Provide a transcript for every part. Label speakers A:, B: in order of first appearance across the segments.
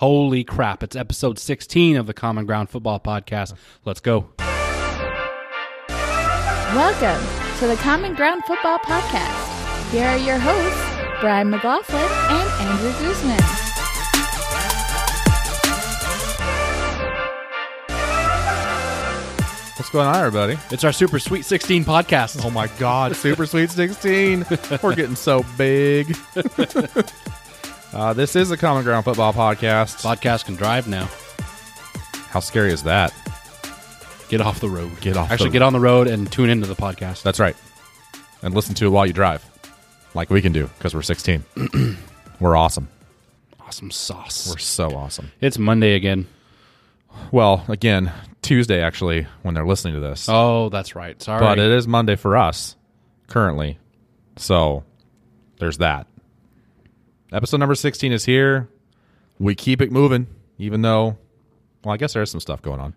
A: Holy crap. It's episode 16 of the Common Ground Football Podcast. Let's go.
B: Welcome to the Common Ground Football Podcast. Here are your hosts, Brian McLaughlin and Andrew Guzman.
C: What's going on, everybody?
A: It's our Super Sweet 16 podcast.
C: Oh my God, Super Sweet 16. We're getting so big. uh, this is the Common Ground Football Podcast.
A: Podcast can drive now.
C: How scary is that?
A: Get off the road.
C: Get off the
A: Actually,
C: road.
A: get on the road and tune into the podcast.
C: That's right. And listen to it while you drive, like we can do because we're 16. we're awesome.
A: awesome sauce.
C: We're so awesome.
A: It's Monday again.
C: Well, again, Tuesday, actually, when they're listening to this.
A: Oh, that's right. Sorry.
C: but it is Monday for us currently. So there's that. Episode number 16 is here. We keep it moving, even though, well, I guess there is some stuff going on.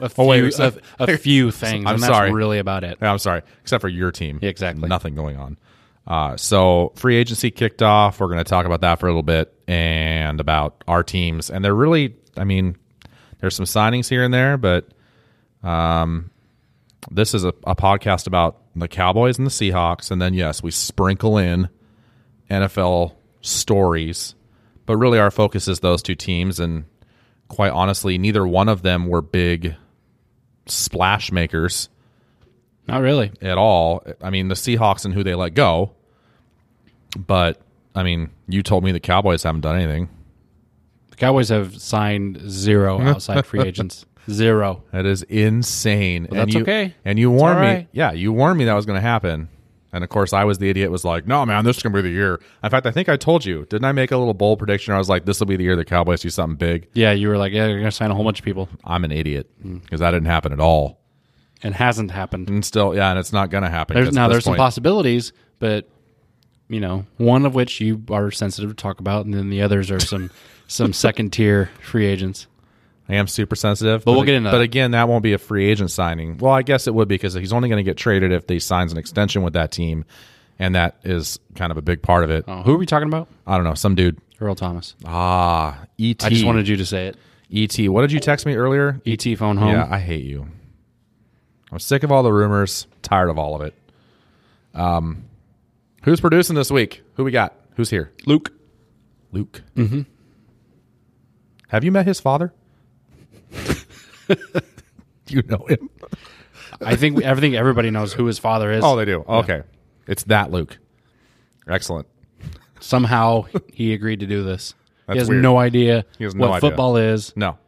A: a few,
C: Oh, wait,
A: a, a few things.
C: I'm
A: and that's
C: sorry.
A: really about it.
C: Yeah, I'm sorry, except for your team.
A: Yeah, exactly.
C: Nothing going on. Uh, so free agency kicked off. We're going to talk about that for a little bit and about our teams. And they're really, I mean, there's some signings here and there, but um, this is a, a podcast about the Cowboys and the Seahawks. And then, yes, we sprinkle in NFL stories, but really our focus is those two teams. And quite honestly, neither one of them were big splash makers
A: Not really.
C: at all. I mean, the Seahawks and who they let go. But I mean, you told me the Cowboys haven't done anything.
A: The Cowboys have signed zero outside free agents. Zero.
C: That is insane. and
A: that's
C: you,
A: okay.
C: And you warned
A: all
C: me.
A: right.
C: Yeah, you warned me that was going to happen. And of course, I was the idiot. Was like, no, man, this is going to be the year. In fact, I think I told you, didn't I make a little bold prediction? I was like, this will be the year the Cowboys do something big.
A: Yeah, you were like, yeah, you're going to sign a whole bunch of people.
C: I'm an idiot
A: Hmm.
C: because that didn't happen at all.
A: And hasn't happened.
C: And still, yeah, and it's not going to happen.
A: There's
C: 'cause
A: now
C: at this
A: there's some
C: point-
A: possibilities, but you know, one of which you are sensitive to talk about, and then the others are some some second tier free agents.
C: I am super sensitive. But,
A: we'll get into
C: But
A: that.
C: again, that won't be a free agent signing. Well, I guess it would because he's only going to get traded if he signs an extension with that team, and that is kind of a big part of it.
A: Oh, who are we talking about?
C: I don't know, some dude.
A: Earl Thomas. E
C: Ah, et.
A: I just wanted you to say it.
C: et. What did you text me earlier?
A: ET E phone home.
C: Yeah, I hate you. I'm sick of all the rumors. Tired of all of it. Um, who's producing this week? Who we got? Who's here?
A: Luke.
C: Luke. Mm-hmm. Have you met his father? Do you know him?
A: I think we, everything everybody knows who his father is.
C: Oh, they do. Okay, it's that Luke. Excellent.
A: Somehow he agreed to do this. he
C: That's
A: has
C: weird.
A: no idea
C: He has no
A: what
C: idea.
A: football is.
C: No.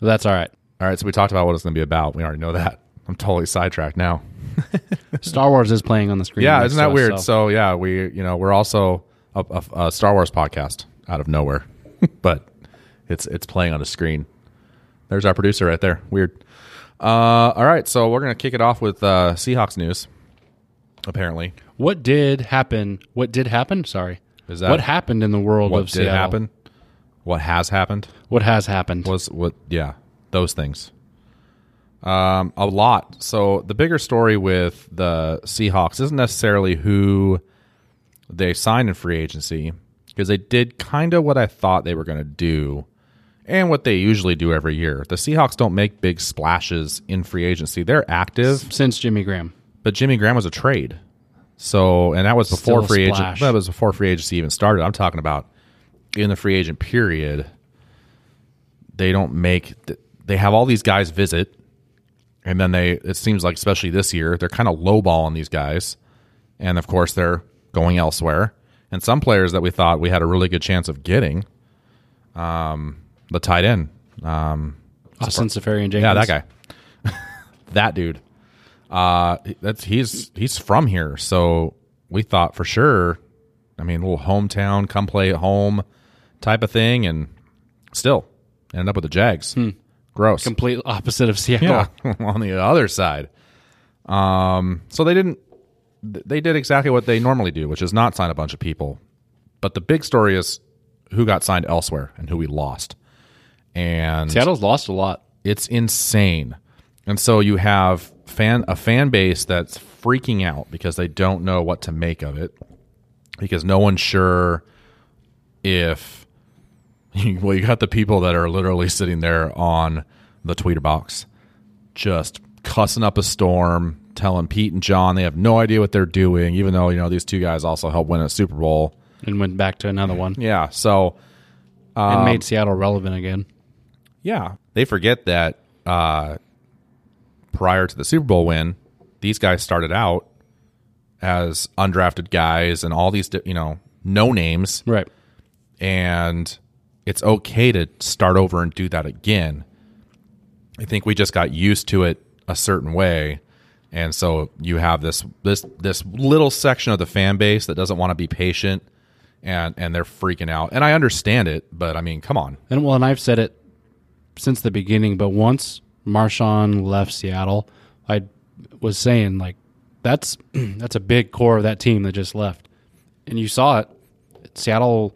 A: But that's all right.
C: All right. So we talked about what it's going to be about. We already know that. I'm totally sidetracked now.
A: Star Wars is playing on the screen.
C: Yeah,
A: next
C: isn't
A: to
C: that
A: us,
C: weird? So. yeah, we you know we're also a, a, a Star Wars podcast out of nowhere, but it's it's playing on a screen. There's our producer right there. Weird. Uh, all right. So we're gonna kick it off with uh, Seahawks news. Apparently,
A: what did happen? What did happen? Sorry.
C: Is that-
A: what happened in the world
C: what
A: of
C: did
A: Seattle?
C: happen? What has happened?
A: What has happened?
C: was what yeah those things um a lot so the bigger story with the seahawks isn't necessarily who they signed in free agency because they did kind of what i thought they were going to do and what they usually do every year the seahawks don't make big splashes in free agency they're active
A: since Jimmy Graham.
C: but jimmy graham was a trade so and that was
A: Still
C: before
A: a
C: free agent
A: splash.
C: that was before free agency even started i'm talking about in the free agent period they don't make they have all these guys visit and then they it seems like especially this year they're kind of lowballing these guys and of course they're going elsewhere and some players that we thought we had a really good chance of getting um the tight end
A: Austin Safarian Jenkins.
C: yeah that guy that dude uh that's he's he's from here so we thought for sure i mean little hometown come play at home type of thing and still ended up with the jags gross
A: Complete opposite of Seattle.
C: yeah, on the other side. Um, so they didn't. th- They did exactly what they normally do, which is not sign a bunch of people. But the big story is who got signed elsewhere and who we lost. And
A: Seattle's lost a lot.
C: it's insane. And so you have fan a fan base that's freaking out because they don't know what to make of it because no one's sure if well, you got the people that are literally sitting there on the tweeter box, just cussing up a storm, telling Pete and John they have no idea what they're doing, even though you know these two guys also helped win a Super Bowl.
A: and went back to another one
C: Yeah, so Um,
A: and made Seattle relevant again.
C: yeah, they forget that uh, prior to the Super Bowl win, these guys started out as undrafted guys and all these di- you know no names
A: Right.
C: and it's okay to start over and do that again. I think we just got used to it a certain way, and so you have this this this little section of the fan base that doesn't want to be patient, and and they're freaking out. And I understand it, but I mean, come on,
A: And well, and I've said it since the beginning, but once Marshawn left Seattle, I was saying like that's that's a big core of that team that just left. And you saw it. Seattle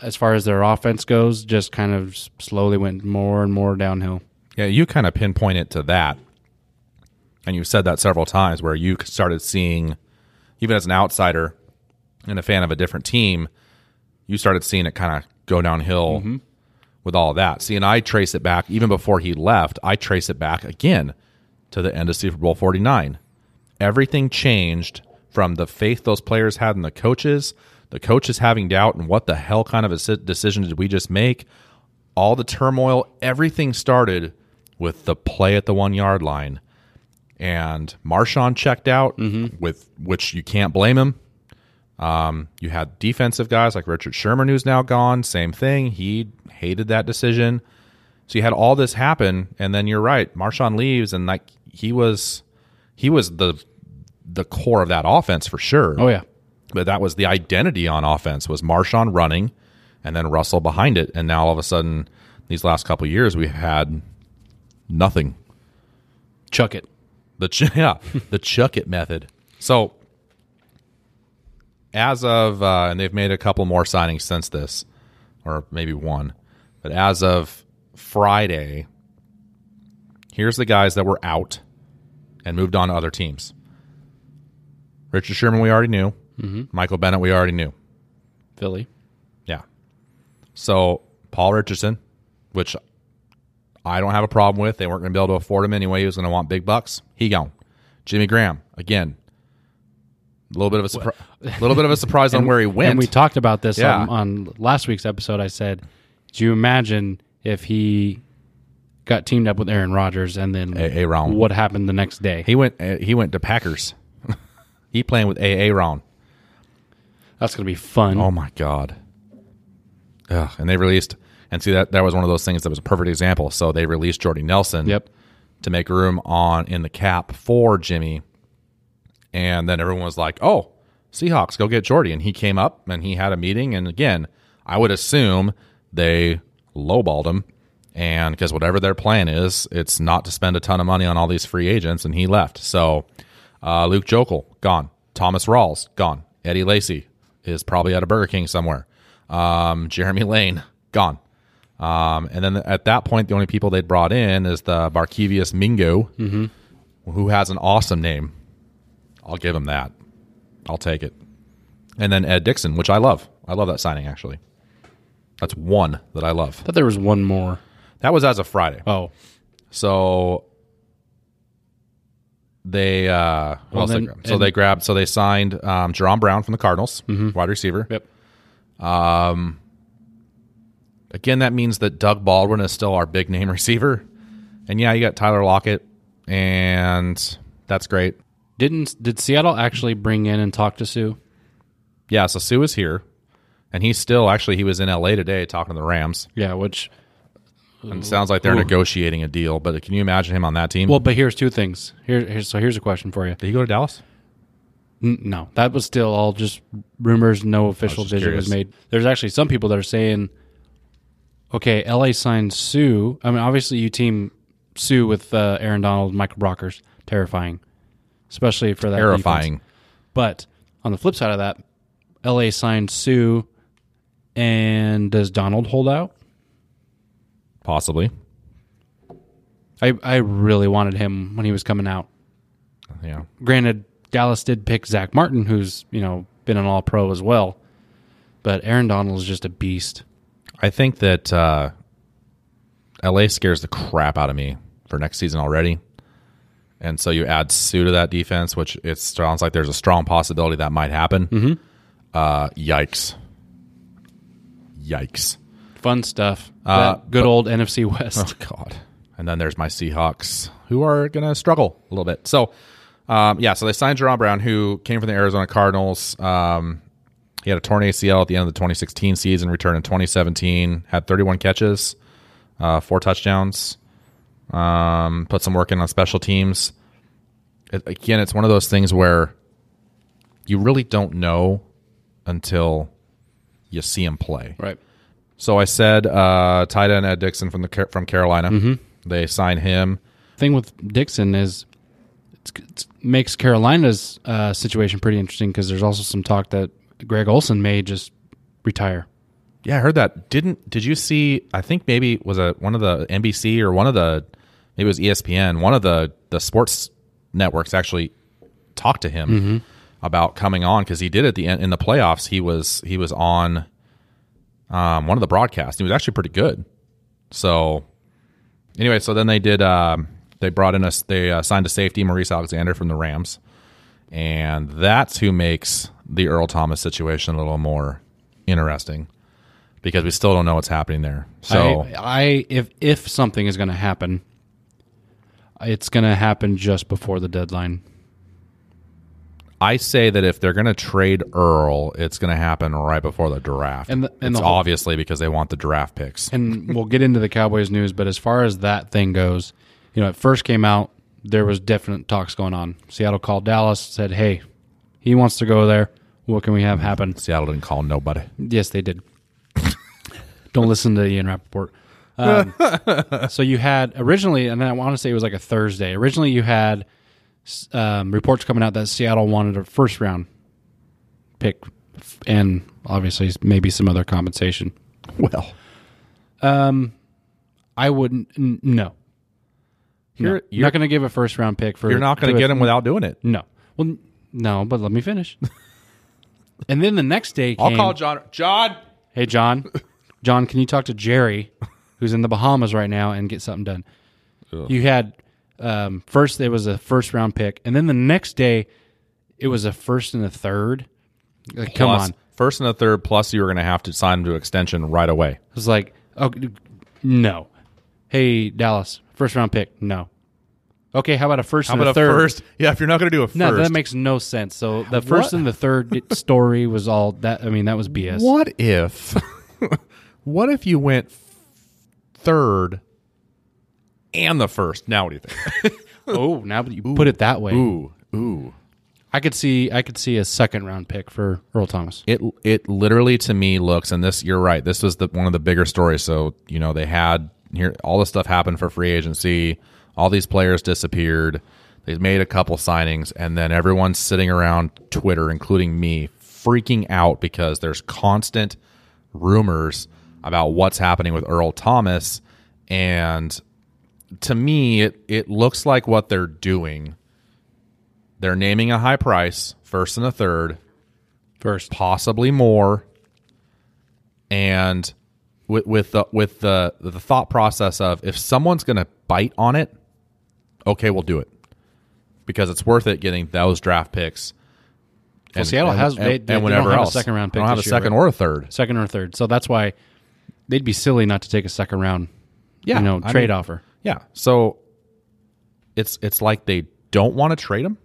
A: as far as their offense goes, just kind of s- slowly went more and more downhill.
C: yeah, you kind of pinpoint it to that, and you've said that several times where you started seeing, even as an outsider and a fan of a different team, you started seeing it kind of go downhill with all that. See, and I trace it back even before he left. I trace it back again to the end of Super Bowl 49. Everything changed from the faith those players had in the coaches, the coaches having doubt, and what the hell kind of a si- decision did we just make? All the turmoil, everything started with the play at the one yard line. And Marshawn checked out, with which you can't blame him. Um, You had defensive guys like Richard Sherman, who's now gone. Same thing. He hated that decision. So you had all this happen, and then you're right. Marshawn leaves, and like he was, he was the the core of that offense for sure.
A: Oh yeah.
C: But that was the identity on offense was Marshawn running, and then Russell behind it. And now all of a sudden, these last couple of years, we've had nothing.
A: Chuck it.
C: The ch- yeah, the chuck it method. So as of uh, and they've made a couple more signings since this, or maybe one, but as of Friday, here's the guys that were out and moved on to other teams. Richard Sherman, we already knew. Michael Bennett, we already knew.
A: Philly.
C: Yeah. So Paul Richardson, which I don't have a problem with. They weren't going to be able to afford him anyway. He was going to want big bucks. He gone. Jimmy Graham again. A little bit of a surpri- little bit of a surprise on where he went.
A: And we talked about this
C: Yeah.
A: on, on last week's episode. I said, "Do you imagine if he got teamed up with Aaron Rodgers and then
C: A- Aaron.
A: what happened the next day?"
C: he went. uh, He went to Packers. he playing with AA Ron.
A: That's gonna be fun.
C: Oh my god. Ugh, and they released and see that that was one of those things that was a perfect example. So they released Jordy Nelson.
A: Yep.
C: to make room on in the cap for Jimmy. And then everyone was like, "Oh, Seahawks, go get Jordy." And he came up and he had a meeting. And again, I would assume they lowballed him, and because whatever their plan is, it's not to spend a ton of money on all these free agents. And he left. So uh, Luke Jokel gone, Thomas Rawls gone, Eddie Lacy is probably at a Burger King somewhere. Um, Jeremy Lane gone. Um, and then at that point, the only people they'd brought in is the Barkevius Mingo,
A: Mm-hmm.
C: who has an awesome name. I'll give him that. I'll take it. And then Ed Dixon, which I love. I love that signing, actually. That's one that I love.
A: I thought there was one more.
C: That was as of Friday.
A: Oh,
C: So they uh who
A: Well,
C: else they
A: then-
C: grabbed? so
A: and- Mm-hmm.
C: they grabbed so they signed um Jerome Brown from the Cardinals, wide receiver.
A: Yep.
C: Again, that means that Doug Baldwin is still our big name receiver. And yeah, you got Tyler Lockett and that's great.
A: didn't did Seattle actually bring in and talk to Sue?
C: Yeah, so Sue is here. And he's still actually he was in LA today talking to the Rams.
A: Yeah, which
C: And it sounds like they're negotiating a deal, but can you imagine him on that team?
A: well, but here's two things. Here, here's so here's a question for you.
C: did he go to Dallas?
A: N- No, that was still all just rumors. No official
C: just
A: decision
C: curious.
A: was made. There's actually some people that are saying, okay, LA signed Sue. I mean, obviously, you team Sue with uh, Aaron Donald, Michael Brockers, terrifying, especially for that. defense.
C: Terrifying.
A: But on the flip side of that, LA signed Sue, and does Donald hold out?
C: Possibly.
A: I I really wanted him when he was coming out.
C: Yeah.
A: granted, Dallas did pick Zach Martin, who's you know been an All Pro as well, but Aaron Donald is just a beast.
C: I think that uh, LA scares the crap out of me for next season already. And so you add Sue to that defense, which it sounds like there's a strong possibility that might happen. Uh, yikes. Yikes.
A: Fun stuff.
C: Uh,
A: That good old NFC West.
C: Oh God! And then there's my Seahawks, who are going to struggle a little bit. So, um, yeah. So they signed Jerron Brown, who came from the Arizona Cardinals. Um, he had a torn ACL at the end of the 2016 season. Returned in 2017. Had 31 catches, uh, four touchdowns. Um, put some work in on special teams. It, again, it's one of those things where you really don't know until you see him play.
A: Right.
C: So I said uh, tight end Ed Dixon from the Car- from Carolina. They sign him.
A: Thing with Dixon is it's, it makes Carolina's uh, situation pretty interesting because there's also some talk that Greg Olson may just retire.
C: Yeah, I heard that. Didn't did you see? I think maybe it was a one of the NBC or one of the maybe it was E ESPN. One of the the sports networks actually talked to him about coming on because he did at the end in the playoffs. He was he was on um, one of the broadcasts. He was actually pretty good. So anyway, so then they did. Um, they brought in us. They uh, signed a safety, Maurice Alexander from the Rams, and that's who makes the Earl Thomas situation a little more interesting because we still don't know what's happening there. So
A: I, I if if something is going to happen, it's going to happen just before the deadline.
C: I say that if they're going to trade Earl, it's going to happen right before the draft.
A: And the- and
C: it's
A: the whole-
C: obviously because they want the draft picks.
A: and we'll get into the Cowboys news, but as far as that thing goes, you know, it first came out, there was definite talks going on. Seattle called Dallas, said, "Hey, he wants to go there. What can we have happen?"
C: Seattle didn't call nobody.
A: Yes, they did. Don't listen to Ian Rappaport. Um, so you had originally, and I want to say it was like a Thursday. Originally, you had s- um, reports coming out that Seattle wanted a first round pick, f- and obviously maybe some other compensation.
C: Well,
A: I wouldn't. N- no,
C: you're
A: No.
C: you're
A: not going to give a first round pick for.
C: you're not
A: to
C: going to
A: a-
C: get him without doing it.
A: No. Well, n- no, but let me finish. and then the next day came.
C: I'll call John. John.
A: Hey, John. John, can you talk to Jerry, who's in the Bahamas right now, and get something done? You had um, first it was a first round pick, and then the next day it was a first and a third. Like, come
C: Plus,
A: on,
C: First and a third. Plus, you were going to have to sign him to extension right away.
A: I was like, oh, no. Hey, Dallas, first round pick, no. Okay, how about a first
C: How
A: and
C: about a
A: a third?
C: first? Yeah, if you're not going to do a first,
A: No, that makes no sense. So the first and the third di- story was all that. I mean, that was BS.
C: What if, what if you went third and the first? Now, what do you think?
A: Oh, now that you put it that way,
C: Ooh, ooh.
A: I could see I could see a second round pick for Earl Thomas.
C: It it literally to me looks, and this you're right. This was the one of the bigger stories. So you know they had here all this stuff happened for free agency. All these players disappeared. They made a couple signings, and then everyone's sitting around Twitter, including me, freaking out because there's constant rumors about what's happening with Earl Thomas. And to me, it it looks like what they're doing. They're naming a high price, first and a third,
A: First,
C: possibly more. And with, with the with the the thought process of if someone's going to bite on it, okay, we'll do it because it's worth it getting those draft picks.
A: Well, Seattle has- they- they don't have a second-round
C: They
A: pick
C: don't have a
A: this year,
C: second
A: right?
C: or a third.
A: second or third. So that's why they'd be silly not to take a second round.
C: Yeah,
A: you know,
C: I
A: trade
C: mean-
A: offer.
C: Yeah, so it's it's like they don't want to trade them,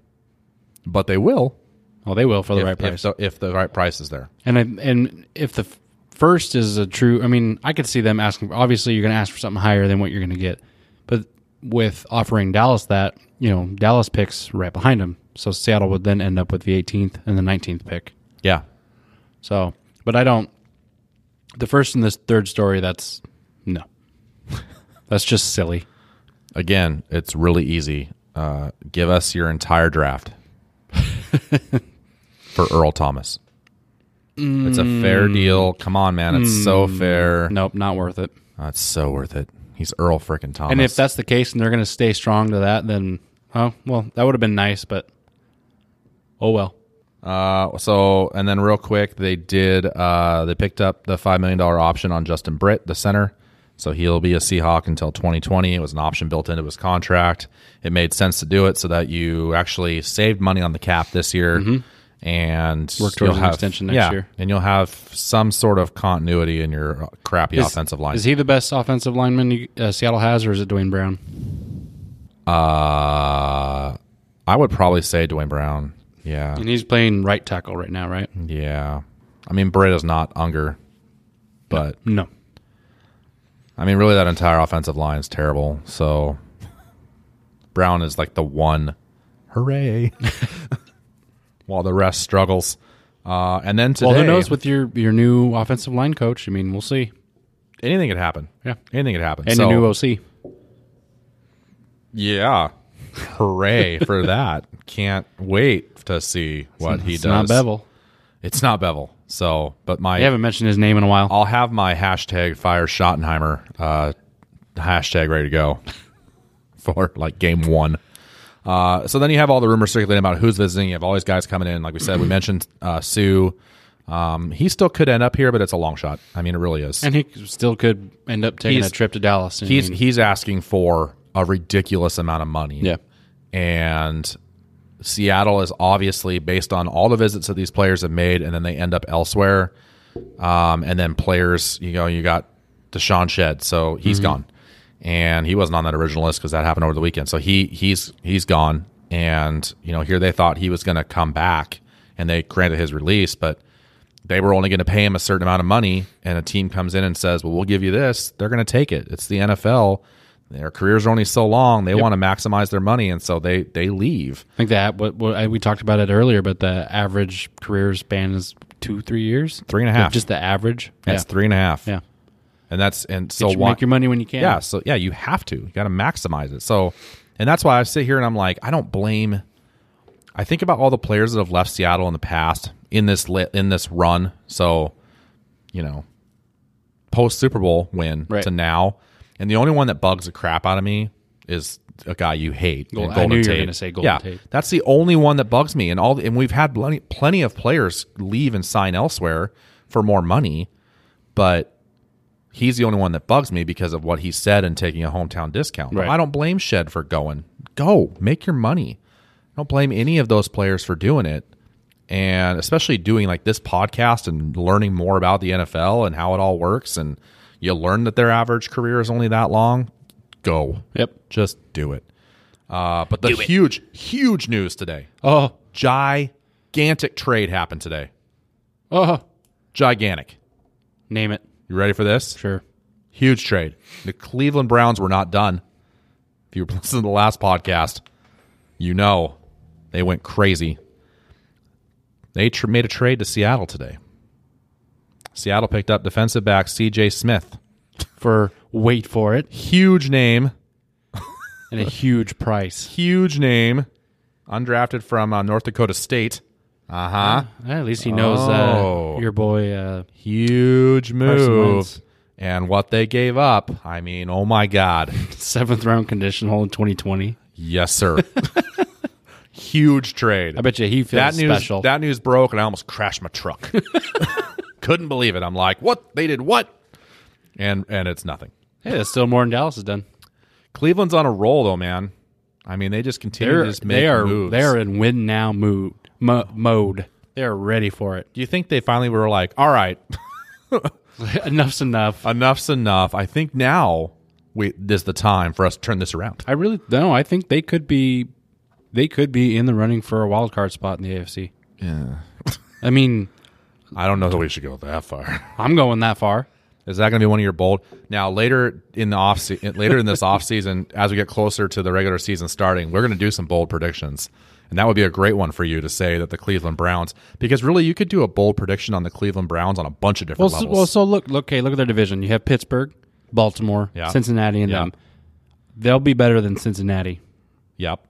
C: but they will
A: Well, they will for the
C: if,
A: right price.
C: if, the, if the right price is there.
A: And I, and if the f- first is a true, I mean, I could see them asking. Obviously, you're going to ask for something higher than what you're going to get, but with offering Dallas that, you know, Dallas picks right behind them, so Seattle would then end up with the 18th and the 19th pick.
C: Yeah,
A: So, but I don't. The first and this third story, that's no, that's just silly.
C: again, it's really easy. Uh, give us your entire draft for Earl Thomas. It's a
A: Mm.
C: fair deal. Come on, man. It's so fair.
A: Nope, not worth it.
C: Uh, it's so worth it. He's Earl freaking Thomas.
A: And if that's the case, and they're going to stay strong to that, then oh well, that would have been nice, but oh well.
C: Uh, so and then real quick, they did. Uh, they picked up the five million dollar option on Justin Britt, the center. So he'll be a Seahawk until 2020. It was an option built into his contract. It made sense to do it so that you actually saved money on the cap this year and
A: Mm-hmm. Work towards
C: you'll
A: an
C: have-
A: extension next
C: yeah,
A: year.
C: and you'll have some sort of continuity in your crappy offensive line.
A: Is he the best offensive lineman you, uh, Seattle has, or is it Dwayne Brown?
C: Uh, I would probably say Dwayne Brown. Yeah,
A: And he's playing right tackle right now, right?
C: yeah. I mean, Breida's not Unger, but
A: No.
C: I mean, really, that entire offensive line is terrible. So Brown is like the one. Hooray! While the rest struggles, uh, and then today,
A: Well, who knows with your your new offensive line coach? I mean, we'll see.
C: anything could happen.
A: Yeah.
C: anything could happen.
A: And
C: so,
A: a new OC.
C: yeah. Hooray for that! Can't wait to see what he
A: it's
C: does.
A: not Bevel.
C: It's not Bevel. So, but my
A: I haven't mentioned his name in a while.
C: I'll have my hashtag fire Schottenheimer uh, hashtag ready to go for like game one. Uh, so then you have all the rumors circulating about who's visiting. You have all these guys coming in. Like we said, we mentioned uh, Sue. Um, he still could end up here, but it's a long shot. I mean, it really is.
A: and he still could end up taking
C: He's-
A: a trip to Dallas. I
C: he's
A: mean,
C: he's asking for a ridiculous amount of money.
A: Yeah.
C: and Seattle is obviously based on all the visits that these players have made, and then they end up elsewhere. Um, and then players, you know, you got Deshaun Shed, so he's gone, and he wasn't on that original list because that happened over the weekend. So he he's he's gone, and you know, here they thought he was going to come back, and they granted his release, but they were only going to pay him a certain amount of money and a team comes in and says well we'll give you this they're going to take it it's the nfl their careers are only so long they want to maximize their money and so they they leave
A: I think that what, what I, we talked about it earlier, but the average career span is two, three years,
C: Three and a half.
A: Just the average.
C: that's three and a half
A: yeah.
C: and that's and so
A: So you
C: why-
A: make your money when you can.
C: yeah so yeah you have to you got to maximize it so and that's why i sit here and i'm like i don't blame i think about all the players that have left seattle in the past in this lit in this run so you know post super bowl win
A: Right.
C: to now and the only one that bugs the crap out of me is a guy you hate
A: Gold-
C: in
A: I knew you were gonna say Golden
C: yeah,
A: Tate.
C: that's the only one that bugs me and all and we've had plenty, plenty of players leave and sign elsewhere for more money but he's the only one that bugs me because of what he said and taking a hometown discount. But
A: Right.
C: I don't blame Shed for going. Go make your money. I don't blame any of those players for doing it, and especially doing like this podcast and learning more about the NFL and how it all works. And you learn that their average career is only that long. Go,
A: Yep.
C: just do it. Uh, but the huge, huge news today:
A: Oh,
C: gigantic trade happened today.
A: oh,
C: Gigantic.
A: name it.
C: You ready for this?
A: Sure.
C: Huge trade. The Cleveland Browns were not done. If you were listening to the last podcast, you know they went crazy. They tr- made a trade to Seattle today. Seattle picked up defensive back CJ Smith.
A: For wait for it
C: Huge name,
A: and a huge price.
C: huge name. Undrafted from uh, North Dakota State. Uh huh.
A: At least he knows
C: Oh.
A: uh, your boy. Uh,
C: Huge move.
A: Wentz.
C: And what they gave up, I mean, oh my God.
A: seventh round conditional in 2020.
C: Yes, sir. Huge trade.
A: I bet you he
C: that
A: feels
C: news
A: special.
C: that news broke and I almost crashed my truck. Couldn't believe it. I'm like, "What? They did what?" And and it's nothing.
A: hey, that's still more than Dallas has done.
C: Cleveland's on a roll though, man. I mean, they just continue
A: They're,
C: to just make
A: they are
C: moves.
A: they are in win now mood mo- mode. They are ready for it.
C: Do you think they finally were like, "All right,
A: Enough's enough.
C: enough's enough. I think now we this is the time for us to turn this around."
A: I really no. I think they could be, they could be in the running for a wild card spot in the AFC.
C: Yeah.
A: I mean,
C: I don't know that we should go that far.
A: I'm going that far.
C: Is that going to be one of your bold? Now later in the off se- later in this off season, as we get closer to the regular season starting, we're going to do some bold predictions, and that would be a great one for you to say that the Cleveland Browns, because really you could do a bold prediction on the Cleveland Browns on a bunch of
A: Well,
C: different
A: so,
C: levels.
A: well, so look, look, okay, look at their division. You have Pittsburgh, Baltimore,
C: Yeah.
A: Cincinnati, and
C: Yeah.
A: them. They'll be better than Cincinnati,
C: yep,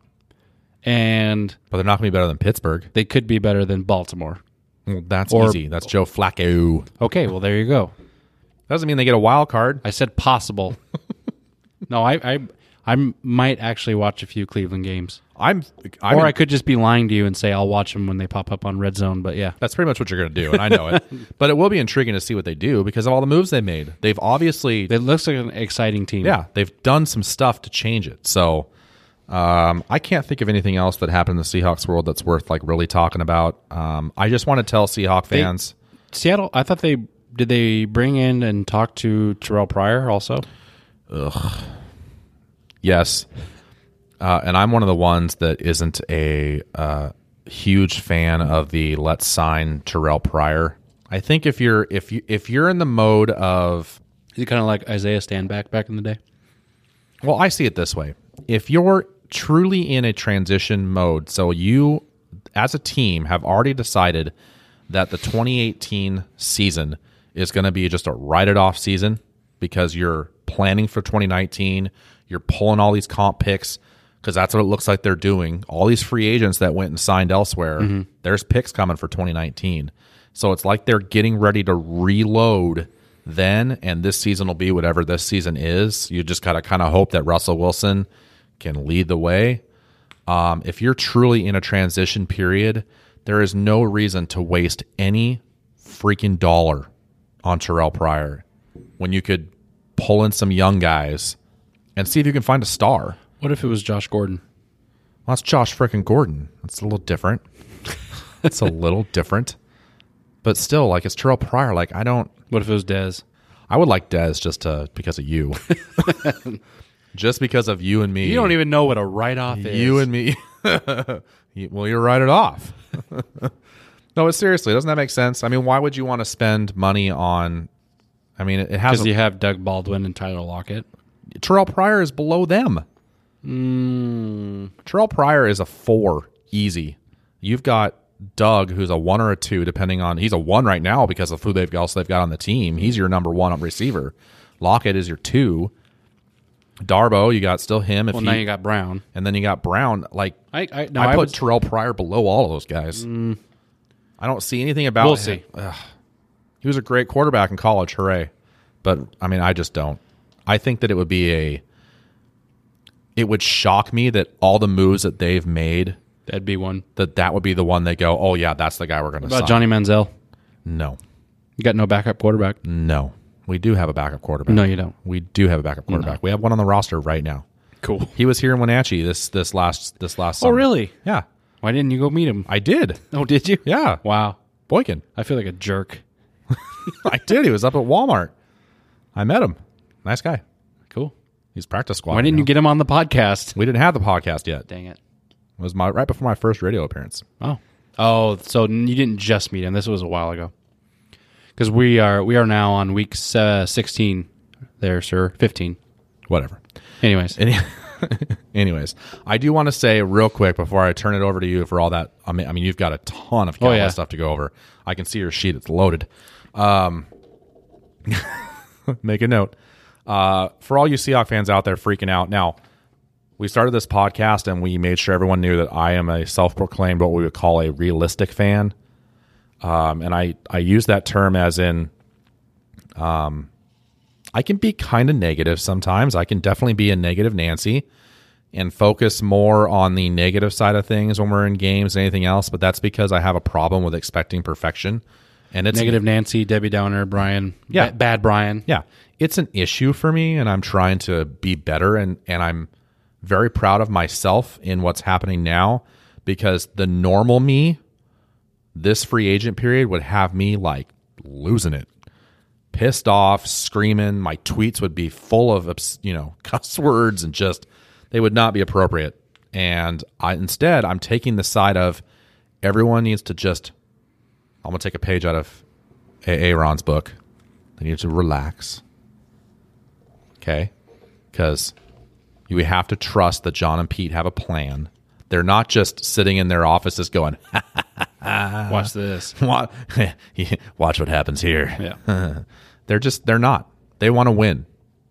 A: and
C: but they're not going to be better than Pittsburgh.
A: they could be better than Baltimore.
C: Well, that's
A: Or-
C: easy. That's Joe Flacco.
A: Okay, well there you go.
C: Doesn't mean they get a wild card.
A: I said possible. no, I, I I m- might actually watch a few Cleveland games,
C: I'm, I'm
A: or I could just be lying to you and say I'll watch them when they pop up on Red Zone. But yeah,
C: That's pretty much what you're going to do, and I know it. But it will be intriguing to see what they do because of all the moves they made. They've obviously,
A: it looks like an exciting team.
C: yeah, they've done some stuff to change it. So um, I can't think of anything else that happened in the Seahawks world that's worth like really talking about. Um, I just want to tell Seahawk fans.
A: Seattle. I thought they did they bring in and talk to Terrell Pryor also.
C: Yes. Uh, and I'm one of the ones that isn't a uh, huge fan of the let's sign Terrell Pryor. I think if you're if you if you're in the mode of
A: Is he kind of like Isaiah Standback back in the day?
C: well, I see it this way. If you're truly in a transition mode, so you as a team have already decided that the 2018 season is going to be just a write it off season because you're planning for 2019, you're pulling all these comp picks because that's what it looks like they're doing. All these free agents that went and signed elsewhere, there's picks coming for 2019. So it's like they're getting ready to reload then, and this season will be whatever this season is. You just got to kind of hope that Russell Wilson can lead the way. Um, if you're truly in a transition period, there is no reason to waste any freaking dollar on Terrell Pryor when you could pull in some young guys and see if you can find a star.
A: What if it was Josh Gordon?
C: Well, that's Josh frickin' Gordon. That's a little different. it's a little different, but still, like it's Terrell Pryor. Like I don't.
A: What if it was Dez?
C: I would like Dez just to because of you, just because of you and me.
A: You don't even know what a write off is.
C: You and me. You- well, you write it off. no, but seriously, doesn't that make sense? I mean, why would you want to spend money on? I mean, it has
A: because you have Doug Baldwin and Tyler Lockett.
C: Terrell Pryor is below them.
A: Hmm.
C: Terrell Pryor is a four, easy. You've got Doug, who's a one or a two, depending on. He's a one right now because of who they've got, also they've got on the team. He's your number one receiver. Lockett is your two. Darbo, you got still him. If
A: Well,
C: he,
A: now you got Brown.
C: and then you got Brown. Like
A: I, I, no,
C: I,
A: I,
C: put
A: would-
C: Terrell Pryor below all of those guys. I don't see anything about.
A: We'll
C: him.
A: see.
C: Ugh. He was a great quarterback in college. Hooray! But I mean, I just don't. I think that it would be a. It would shock me that all the moves that they've made
A: that'd be one.
C: that that would be the one they go, oh yeah, that's the guy we're going to
A: What
C: sign.
A: about Johnny Manziel?
C: No,
A: You got no backup quarterback.
C: no, we do have a backup quarterback.
A: No, you don't.
C: we do have a backup quarterback. We have one on the roster right now.
A: Cool.
C: He was here in Wenatchee this this last this last.
A: Oh,
C: summer.
A: really?
C: Yeah,
A: Why didn't you go meet him?
C: I did.
A: Oh, did you?
C: Yeah,
A: Wow.
C: Boykin.
A: I feel like a jerk.
C: I did. He was up at Walmart. I met him. Nice guy.
A: Cool.
C: He's practice squad.
A: Why didn't
C: know.
A: you get him on the podcast?
C: We didn't have the podcast yet. It
A: Dang it.
C: was my right before my first radio appearance.
A: Oh. Oh, so n- you didn't just meet him. This was a while ago. Because we are we are now on week s- uh, sixteen, there, sir. Fifteen.
C: Whatever.
A: Anyways,
C: Any- anyways, I do want to say real quick before I turn it over to you for all that. I mean, I mean, you've got a ton of Cowboy
A: yeah.
C: stuff to go over. I can see your sheet; it's loaded. Um, make a note uh, for all you Seahawk fans out there freaking out. Now, we started this podcast and we made sure everyone knew that I am a self-proclaimed what we would call a realistic fan, um, and I I use that term as in um, I can be kind of negative sometimes. I can definitely be a negative Nancy and focus more on the negative side of things when we're in games than anything else. But that's because I have a problem with expecting perfection. And it's
A: negative Nancy, Debbie Downer, Brian.
C: Yeah.
A: Ba- bad Brian.
C: yeah, it's an issue for me, and I'm trying to be better, and and I'm very proud of myself in what's happening now because the normal me, this free agent period would have me like losing it, pissed off, screaming. My tweets would be full of obs- you know cuss words and just they would not be appropriate. And I instead I'm taking the side of everyone needs to just. I'm gonna take a page out of A. Aaron's book. They need to relax. Okay? Because we have to trust that John and Pete have a plan. They're not just sitting in their offices going,
A: Watch this.
C: "Wa- watch what happens here.
A: Yeah.
C: They're just, they're not. They want to win.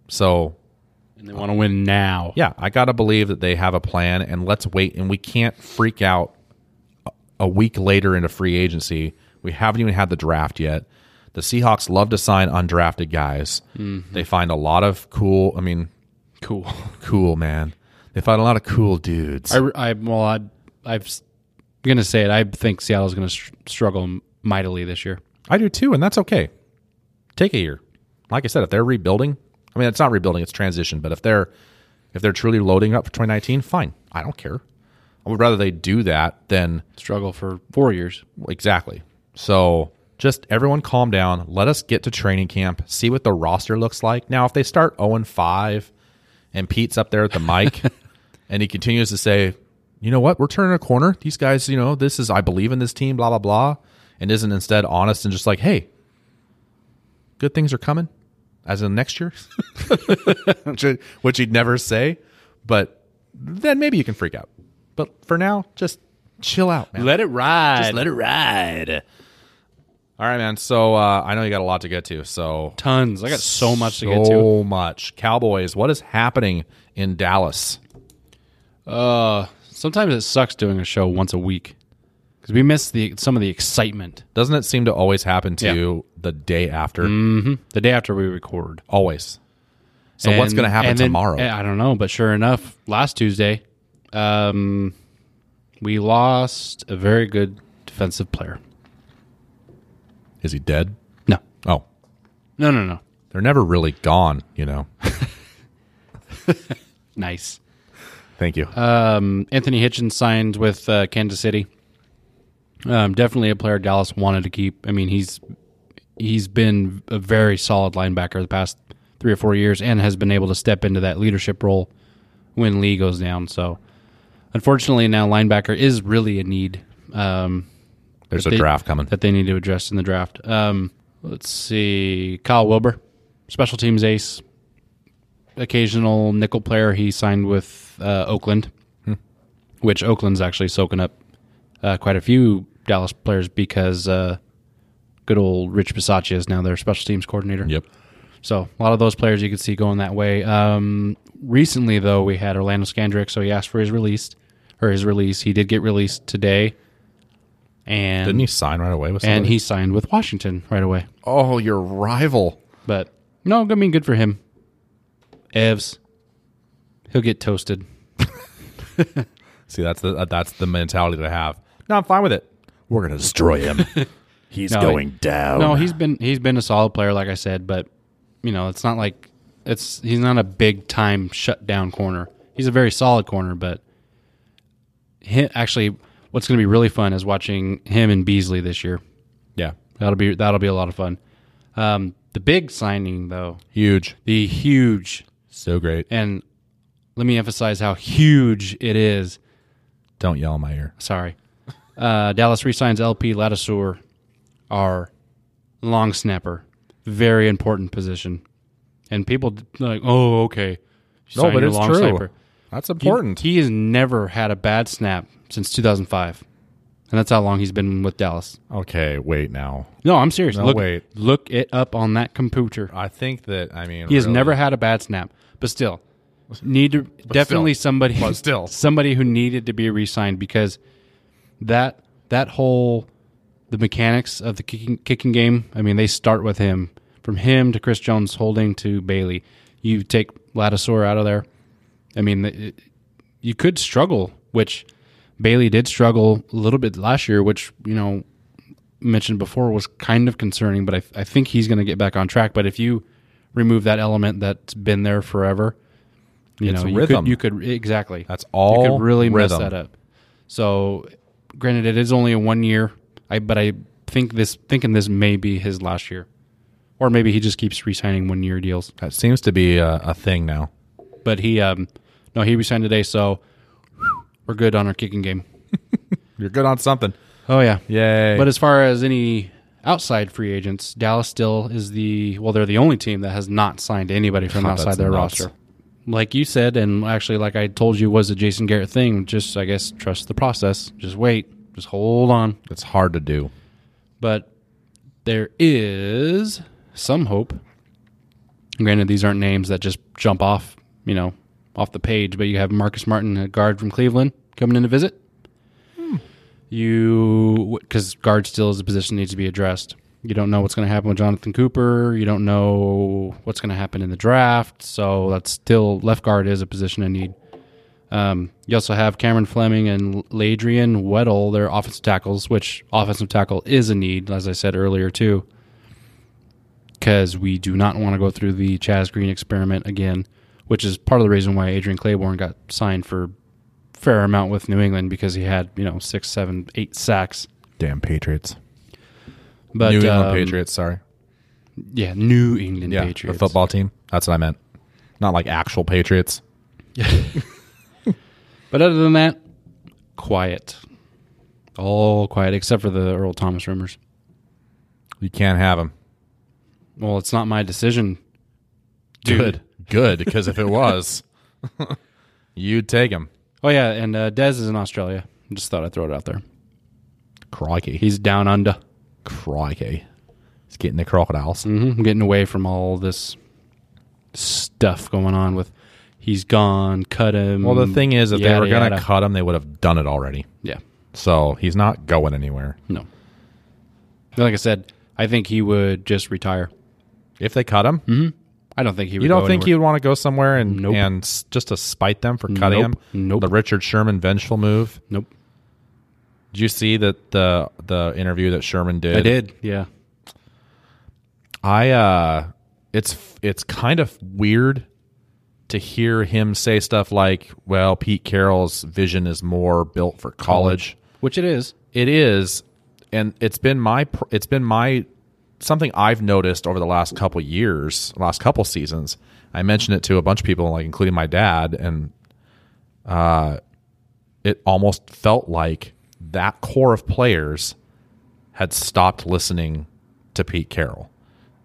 C: So
A: and they want to win now.
C: yeah, I gotta believe that they have a plan, and let's wait. And we can't freak out a- a week later into free agency. We haven't even had the draft yet. The Seahawks love to sign undrafted guys. They find a lot of cool. I mean,
A: Mm-hmm. Cool.
C: Cool, man. They find a lot of cool dudes.
A: I, I well, I, I'm gonna say it. I think Seattle's gonna str- struggle mightily this year.
C: I do too, and that's okay. Take a year. Like I said, if they're rebuilding, I mean it's not rebuilding, it's transition, but if they're if they're truly loading up for 2019, fine. I don't care. I would rather they do that than
A: Struggle for four years.
C: exactly. So just everyone calm down. Let us get to training camp, see what the roster looks like. Now, if they start 0 and 5 and Pete's up there at the mic and he continues to say, you know what, we're turning a corner. These guys, you know, this is, I believe in this team, blah, blah, blah. And isn't instead honest and just like, hey, good things are coming as in next year, which he'd never say. But then maybe you can freak out. But for now, just chill out, man.
A: Let it ride.
C: Just let it ride. All right, man. So uh, I know you got a lot to get to. So
A: Tons. I got so much to get to.
C: so much Cowboys. What is happening in Dallas?
A: Uh, sometimes it sucks doing a show once a week because we miss the some of the excitement.
C: Doesn't it seem to always happen to you the day after?
A: Mm. The day after we record.
C: Always. So what's
A: And-
C: going to happen
A: and then- eh,
C: tomorrow?
A: I don't know, but sure enough, last Tuesday, um, we lost a very good defensive player.
C: is he dead?
A: No,
C: Oh,
A: no, no, no.
C: they're never really gone. You know.
A: Nice.
C: Thank you.
A: Um, Anthony Hitchens signed with uh, Kansas City. Um, definitely a player Dallas wanted to keep. I mean, he's he's been a very solid linebacker the past three or four years, and has been able to step into that leadership role when Lee goes down. So, unfortunately, now linebacker is really a need. Um,
C: There's
A: that
C: a
A: they-
C: draft coming.
A: that they need to address in the draft. Um, let's see, Kyle Wilbur, special teams ace, occasional nickel player. He signed with uh, Oakland,
C: Hmm.
A: which Oakland's actually soaking up uh, quite a few Dallas players because uh, good old Rich Bisaccia is now their special teams coordinator.
C: Yep.
A: So a lot of those players you could see going that way. Um, recently, though, we had Orlando Scandrick, so he asked for his release or his release. He did get released today. And
C: Didn't he sign right away with somebody?
A: and he signed with Washington right away.
C: Oh, your rival.
A: But no, I mean, good for him. Evs, he'll get toasted.
C: See, that's the uh, that's the mentality that I have. No, I'm fine with it. We're gonna destroy him. He's
A: No,
C: going down.
A: No, he's been he's been a solid player, like I said. But you know, it's not like it's he's not a big time shutdown corner. He's a very solid corner, but hi actually, what's going to be really fun is watching him and Beasley this year.
C: yeah,
A: That'll be that'll be a lot of fun. Um, the big signing, though,
C: huge,
A: the huge
C: so great.
A: and let me emphasize how huge it is.
C: Don't yell in my ear.
A: Sorry. Uh, Dallas re-signs LP Latasur, our long snapper, very important position, and people d- like, oh, okay.
C: No,
A: Sign
C: but
A: your
C: it's
A: long
C: true.
A: snapper."
C: That's
A: He-
C: important.
A: He, has never had a bad snap since 2005, and that's how long he's been with Dallas.
C: okay, wait now.
A: No, I'm serious.
C: No,
A: look,
C: wait.
A: look it up on that computer.
C: I think that I mean
A: He has
C: really-
A: never had a bad snap, but still, need to definitely somebody,
C: But still.
A: somebody who needed to be re-signed because that that whole the mechanics of the kicking kicking game. I mean, they start with him from him to Chris Jones holding to Bailey. You take Latasor out of there. I mean, it, you could struggle, which Bailey did struggle a little bit last year, which you know mentioned before was kind of concerning, but I, I think he's going to get back on track. But if you remove that element that's been there forever, you
C: It's
A: know,
C: rhythm.
A: you could you could exactly
C: That's all.
A: you could really
C: rhythm.
A: mess that up. So, granted, it is only a one year, I but I think this thinking this may be his last year, or maybe he just keeps re-signing one year deals.
C: That seems to be a, a thing now.
A: But he, um, no, he resigned today, so we're good on our kicking game.
C: You're good on something.
A: Oh yeah,
C: Yay!
A: But as far as any outside free agents, Dallas still is the well, they're the only team that has not signed anybody from
C: Oh,
A: outside
C: that's
A: their
C: nuts.
A: roster. Like you said, and actually, like I told you, was a Jason Garrett thing. Just I guess trust the process. Just wait. Just hold on.
C: it's hard to do.
A: But there is some hope. Granted, these aren't names that just jump off, you know, off the page. But you have Marcus Martin, a guard from Cleveland, coming in to visit. You because guard still is a position that needs to be addressed. You don't know what's going to happen with Jonathan Cooper. You don't know what's going to happen in the draft. So that's still left guard is a position I need. Um, you also have Cameron Fleming and Ladrian Weddle, their offensive tackles, which offensive tackle is a need, as I said earlier too, because we do not want to go through the Chaz Green experiment again, which is part of the reason why Adrian Claiborne got signed for fair amount with New England because he had you know six, seven, eight sacks.
C: Damn Patriots.
A: But
C: New England
A: um,
C: Patriots, sorry.
A: yeah, New England
C: Yeah,
A: Patriots,
C: the football team. That's what I meant. Not like actual Patriots.
A: But other than that, quiet, all quiet except for the Earl Thomas rumors.
C: You can't have them.
A: Well, it's not my decision.
C: Good. Good, because if it was, you'd take him.
A: Oh yeah, and uh, Dez is in Australia. Just thought I'd throw it out there.
C: Crikey.
A: He's down under.
C: Crikey. He's getting the crocodiles.
A: hmm Getting away from all this stuff going on with he's gone, cut him.
C: Well, the thing is, if they
A: yada,
C: were going to
A: yada.
C: cut him, they would have done it already.
A: yeah,
C: So he's not going anywhere.
A: no. Like I said, I think he would just retire.
C: If they cut him,
A: I don't think he. would
C: you don't
A: go
C: think
A: anywhere.
C: you'd want to go somewhere and
A: Nope.
C: and s- just to spite them for cutting
A: Nope.
C: him?
A: Nope.
C: The Richard Sherman vengeful move.
A: Nope.
C: Did you see that the the interview that Sherman did?
A: I did. Yeah.
C: I uh it's it's kind of weird to hear him say stuff like, "Well, Pete Carroll's vision is more built for college."
A: Which it is.
C: It is, and it's been my pr- it's been my something I've noticed over the last couple years, last couple seasons. I mentioned it to a bunch of people, like including my dad, and uh, it almost felt like that core of players had stopped listening to Pete Carroll,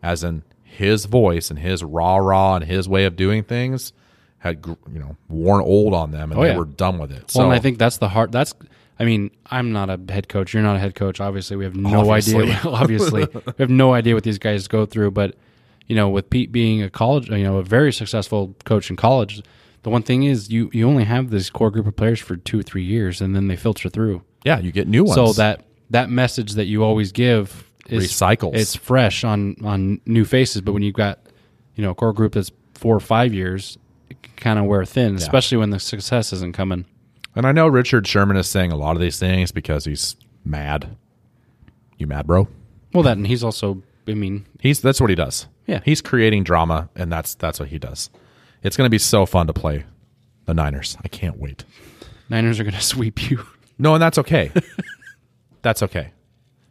C: as in his voice and his rah rah and his way of doing things had gr- you know worn old on them, and
A: Oh,
C: they
A: yeah.
C: were done with it.
A: Well,
C: so
A: and I think that's the hard. That's. I mean, I'm not a head coach. You're not a head coach. Obviously, we have no
C: Obviously.
A: idea. obviously, we have no idea what these guys go through. But you know, with Pete being a college, you know, a very successful coach in college, the one thing is you you only have this core group of players for two or three years, and then they filter through.
C: yeah, you get new ones.
A: So that that message that you always give is
C: Recycles.
A: It's fresh on on new faces, but when you've got you know a core group that's four or five years, it can kind of wear thin, especially when the success isn't coming.
C: And I know Richard Sherman is saying a lot of these things because he's mad. You mad, bro?
A: Well, that and he's also. I mean,
C: He's that's what he does.
A: Yeah.
C: He's creating drama and that's that's what he does. It's going to be so fun to play the Niners. I can't wait.
A: Niners are going to sweep you.
C: No, and that's okay. that's okay.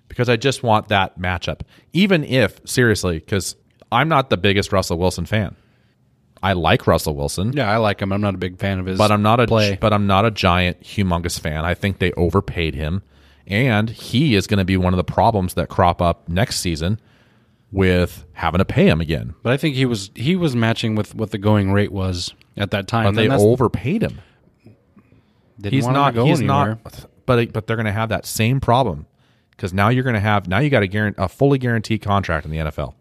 C: Because I just want that matchup. Even if seriously, cuz I'm not the biggest Russell Wilson fan. I like Russell Wilson.
A: Yeah, I like him. I'm not a big fan of his,
C: but I'm not a
A: play.
C: but I'm not a giant humongous fan. I think they overpaid him and he is going to be one of the problems that crop up next season with having to pay him again.
A: but I think he was he was matching with what the going rate was at that time.
C: But
A: And
C: they
A: that's-
C: overpaid him.
A: didn't
C: He's
A: want him
C: not
A: to go
C: he's
A: anywhere.
C: not but but they're going to have that same problem cuz now you're going to have now you got a guarant- a fully guaranteed contract in the NFL.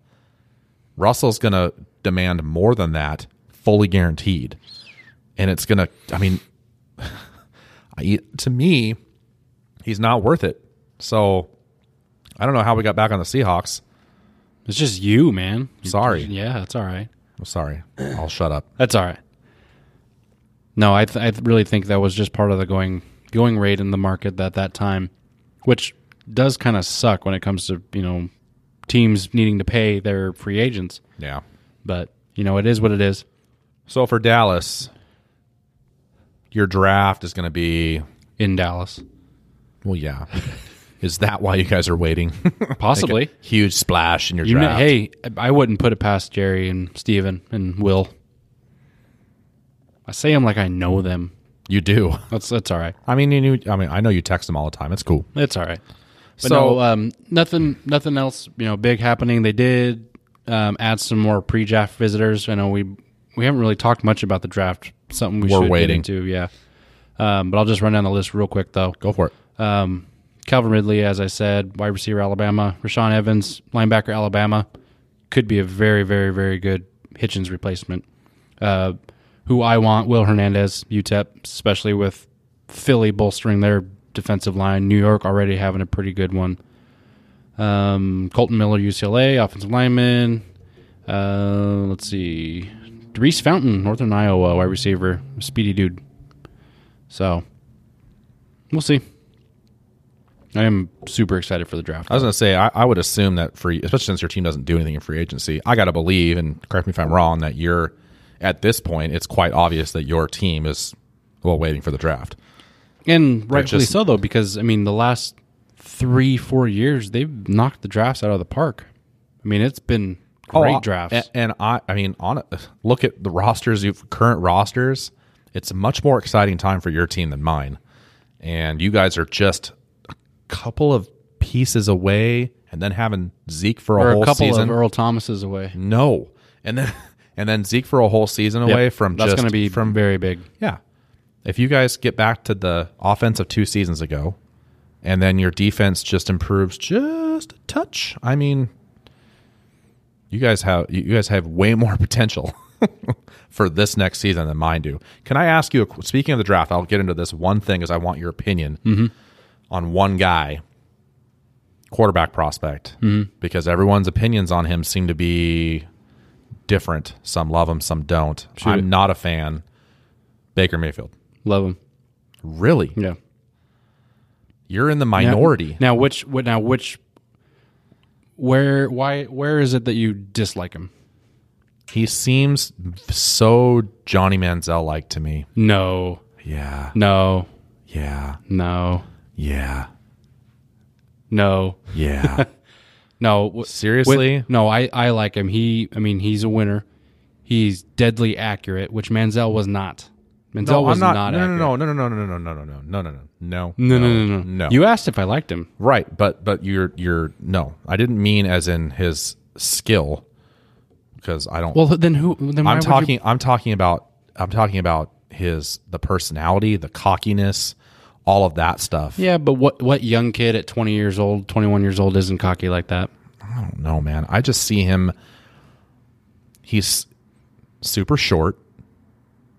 C: Russell's going to demand more than that, fully guaranteed. And it's going to I mean I, to me he's not worth it. So I don't know how we got back on the Seahawks.
A: It's just you, man.
C: Sorry.
A: Yeah, that's all right.
C: I'm sorry. I'll shut up.
A: That's all right. No, I th- I th- really think that was just part of the going going rate in the market at that time, which does kind of suck when it comes to you know teams needing to pay their free agents.
C: Yeah.
A: But you know it is what it is.
C: So for Dallas, your draft is going to be
A: In Dallas,
C: Well, yeah. Is that why you guys are waiting?
A: possibly.
C: Huge splash in your
A: You know,
C: draft.
A: hey, I wouldn't put it past Jerry and Steven and Will. I say them like I know them.
C: you do.
A: That's that's all right.
C: I mean, you. knew- I mean, I know you text them all the time. It's cool.
A: It's all right. But
C: So-
A: no, um, nothing, nothing else. You know, big happening. They did um, add some more pre-draft visitors. I know we we haven't really talked much about the draft. Something we
C: We're
A: should
C: waiting.
A: get into. Yeah, um, but I'll just run down the list real quick though.
C: Go for it.
A: Um, Calvin Ridley, as I said, wide receiver Alabama. Rashawn Evans, linebacker Alabama, could be a very, very, very good Hitchens replacement. Uh, who I want, Will Hernandez, UTEP, especially with Philly bolstering their defensive line. New York already having a pretty good one. Um, Colton Miller, UCLA, offensive lineman. Uh, let's see. Reese Fountain, Northern Iowa, wide receiver, speedy dude. So we'll see. I am super excited for the draft.
C: I was going to say, I, I would assume that for especially since your team doesn't do anything in free agency, I got to believe, and correct me if I'm wrong, that you're at this point, it's quite obvious that your team is well waiting for the draft.
A: And rightfully
C: just-
A: so, though, because I mean, the last three, four years, they've knocked the drafts out of the park. I mean, it's been great
C: Oh, I-
A: drafts.
C: a- And, I, I mean, on look at the rosters, you've- current rosters. It's a much more exciting time for your team than mine, and you guys are just a couple of pieces away, and then having Zeke for a
A: or
C: whole
A: a couple
C: season.
A: of Earl Thomas's away.
C: no, and then and then Zeke for a whole season away
A: Yep.
C: from
A: that's
C: just
A: going to be
C: from
A: very big.
C: yeah. If you guys get back to the offense of two seasons ago, and then your defense just improves just a touch, I mean, you guys have you guys have way more potential for this next season than mine do. Can I ask you? a- Speaking of the draft, I'll get into this one thing is I want your opinion on one guy, quarterback prospect, because everyone's opinions on him seem to be different. Some love him, some don't.
A: Shoot
C: I'm
A: it.
C: not a fan. Baker Mayfield.
A: Love him.
C: Really?
A: Yeah.
C: You're in the
A: Now-
C: minority.
A: Now, which which, what now which where why where is it that you dislike him?
C: He seems so Johnny Manziel like to me.
A: No.
C: Yeah.
A: No.
C: Yeah.
A: No.
C: Yeah.
A: No.
C: Yeah.
A: No, w-
C: Seriously?
A: with- no, I I like him. He, I mean, he's a winner. He's deadly accurate, which Manziel was not. Manziel
C: no,
A: was
C: I'm not. no,
A: accurate.
C: no, no, no, no, no, no, no, no, no, no, no, no, no,
A: no, no, no, no,
C: no.
A: You asked if I liked him.
C: Right, but but you're you're no. I didn't mean as in his skill, because I don't.
A: Well, then who? Then why
C: I'm
A: would you-
C: talking. I'm talking about. I'm talking about his the personality, the cockiness, all of that stuff.
A: yeah, but what what young kid at 20 years old, 21 years old, isn't cocky like that?
C: I don't know, man. I just see him. He's super short,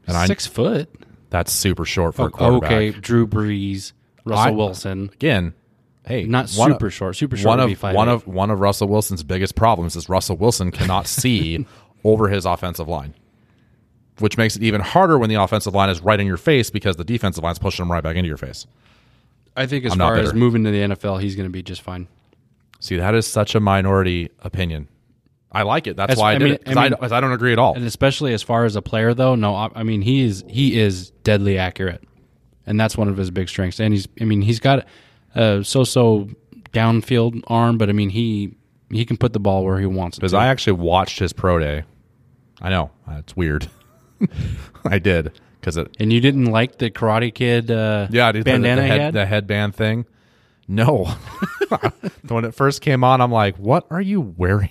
C: and I
A: Six foot.
C: that's super short for a quarterback.
A: Oh, Okay, Drew Brees, Russell
C: I-
A: Wilson.
C: Again, hey,
A: Not
C: one
A: super
C: of,
A: short. Super short
C: One
A: would
C: of
A: be five
C: one
A: eight.
C: of one of Russell Wilson's biggest problems is Russell Wilson cannot see over his offensive line, which makes it even harder when the offensive line is right in your face because the defensive line's pushing them right back into your face.
A: I think as
C: I'm not
A: far as
C: bitter.
A: moving to the NFL, he's going to be just fine.
C: See, that is such a minority opinion. I like it. That's
A: That's-
C: why I,
A: I
C: did
A: mean-
C: it. 'cause
A: I
C: I,
A: mean-
C: 'cause I don't agree at all.
A: and especially as far as a player though no I, I mean he is he is deadly accurate and that's one of his big strengths and he's i mean he's got a so so downfield arm but i mean he he can put the ball where he wants it
C: Because
A: to.
C: I actually watched his pro day. I know it's weird. I did because it.
A: and you didn't like the karate kid uh
C: Yeah, dude, the-
A: bandana
C: the,
A: he
C: head,
A: had?
C: the headband thing. No, when it first came on, I'm like, "What are you wearing?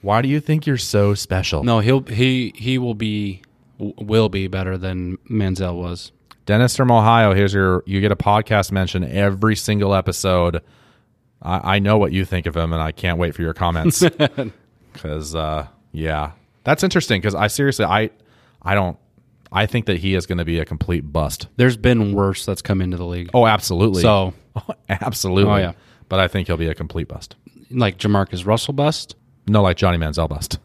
C: Why do you think you're so special?"
A: no he'll he he will be w- will be better than manziel was
C: Dennis from Ohio. Here's your. You get a podcast mention every single episode. I, I know what you think of him, and I can't wait for your comments. Because uh, yeah, that's interesting. Because I seriously, I, I don't. I think that he is going to be a complete bust.
A: there's been worse that's come into the league
C: Oh, absolutely.
A: so
C: absolutely.
A: Oh, yeah.
C: But I think he'll be a complete bust.
A: like jamarcus russell bust
C: No, like Johnny Manziel bust.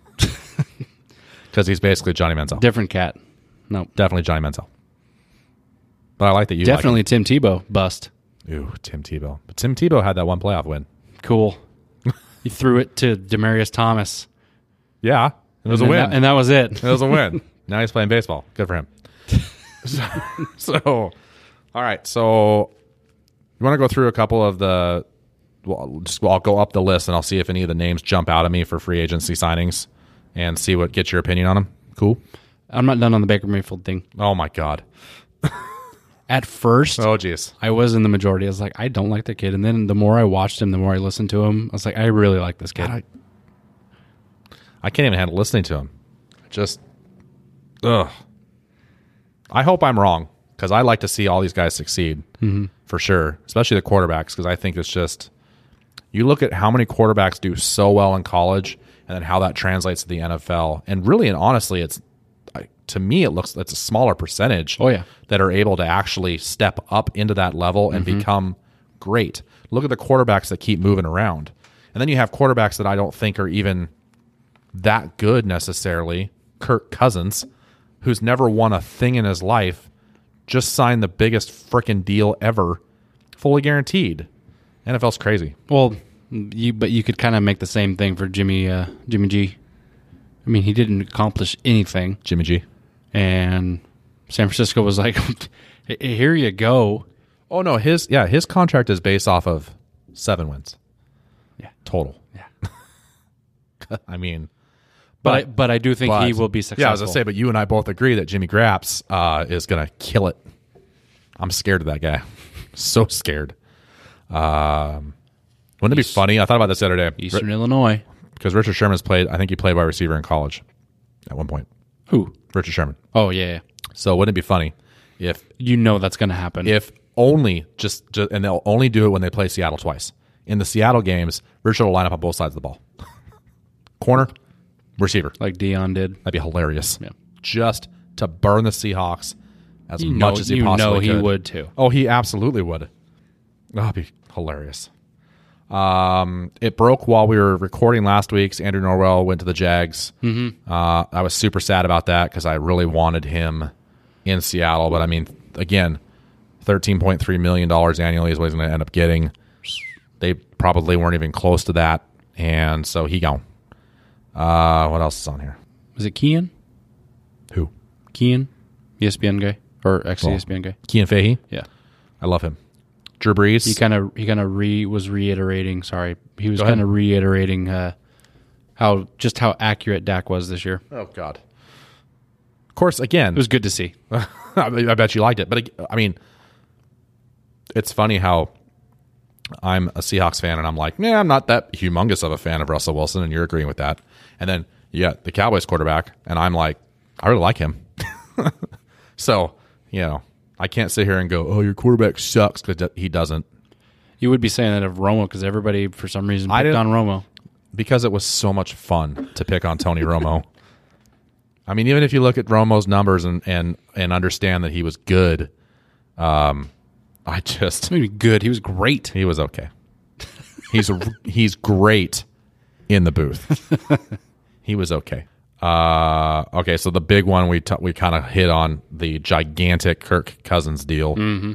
C: Because he's basically Johnny Manziel.
A: different cat no
C: Definitely Johnny Manziel. But I like that you like
A: definitely tim tebow bust
C: him. Ooh, Tim Tebow. But Tim Tebow had that one playoff win.
A: Cool. he threw it to Demarius Thomas.
C: Yeah, it was
A: and
C: a win.
A: That, and that was it.
C: it was a win. now he's playing baseball. Good for him. so, so, all right. So, you want to go through a couple of the. Well, just I'll go up the list and I'll see if any of the names jump out at me for free agency signings, and see what gets your opinion on them. Cool.
A: I'm not done on the Baker Mayfield thing.
C: Oh my god.
A: At first,
C: Oh jeez.
A: I was in the majority. I was like, I don't like the kid. And then the more I watched him, the more I listened to him. I was like, I really like this kid.
C: I- I can't even handle listening to him. Just, ugh. I hope I'm wrong because I like to see all these guys succeed for sure, especially the quarterbacks because I think it's just you look at how many quarterbacks do so well in college and then how that translates to the NFL. And really and honestly, it's I- to me it looks it's a smaller percentage.
A: Oh, yeah.
C: that are able to actually
A: Mm-hmm.
C: step up into that level and become great. Look at the quarterbacks that keep moving around. And then you have quarterbacks that I don't think are even that good necessarily. Kirk Cousins, who's never won a thing in his life, just signed the biggest freaking deal ever, fully guaranteed. NFL's crazy.
A: Well, you but you could kind of make the same thing for Jimmy uh, Jimmy G. I mean, he didn't accomplish anything,
C: Jimmy G.
A: and San Francisco was like, "Here you go."
C: Oh no, his yeah, his contract is based off of seven wins.
A: Yeah.
C: Total.
A: Yeah.
C: I mean
A: But I, but I do think he
C: but-
A: will be successful.
C: Yeah, I was gonna say, but you and I both agree that Jimmy Graps uh, is gonna kill it. I'm scared of that guy. so scared. Um, wouldn't it be funny? I thought about this the other day
A: Eastern Illinois.
C: because Richard Sherman's played. I think he played wide receiver in college at one point.
A: Who?
C: Richard Sherman.
A: Oh yeah, yeah.
C: So wouldn't it be funny if
A: you know that's going to happen.
C: if only just, just and they'll only do it when they play Seattle twice. In the Seattle games, Richard will line up on both sides of the ball, corner, receiver.
A: like Dion did.
C: That'd be hilarious.
A: Yeah.
C: Just to burn the Seahawks as
A: You
C: much
A: know-
C: as he
A: you know
C: possibly
A: he
C: could.
A: would, too.
C: Oh, he absolutely would. That'd be hilarious. Um, it broke while we were recording last week's. Andrew Norwell went to the Jags. Mm-hmm. Uh, I was super sad about that because I really wanted him in Seattle. But I mean, again, thirteen point three million dollars annually is what he's going to end up getting. They probably weren't even close to that, and so he gone. Uh, what else is on here?
A: Was it Kean?
C: Who?
A: Kean, E ESPN guy or ex E ESPN guy?
C: Kean Fahey.
A: Yeah.
C: I love him. Drew Brees.
A: He kind of he kind of re was reiterating. Sorry, he was
C: ahead.
A: kind of reiterating uh, how just how accurate Dak was this year.
C: oh God. Of course, again,
A: It was good to see.
C: I mean, I bet you liked it, but ag- I mean, it's funny how I'm a Seahawks fan and I'm like, yeah, I'm not that humongous of a fan of Russell Wilson, and you're agreeing with that. And then yeah, the Cowboys quarterback, and I'm like, I really like him. so you know, I can't sit here and go, oh, your quarterback sucks because he doesn't.
A: You would be saying that of Romo because everybody for some reason
C: I
A: picked on
C: didn't-
A: Romo.
C: because it was so much fun to pick on Tony Romo. I mean, even if you look at Romo's numbers and and and understand that he was good, um, I just
A: Maybe good. He was great.
C: he was okay. He's he's great in the booth. he was okay. Uh, okay, so the big one we t- we kind of hit on the gigantic Kirk Cousins deal.
A: Mm-hmm.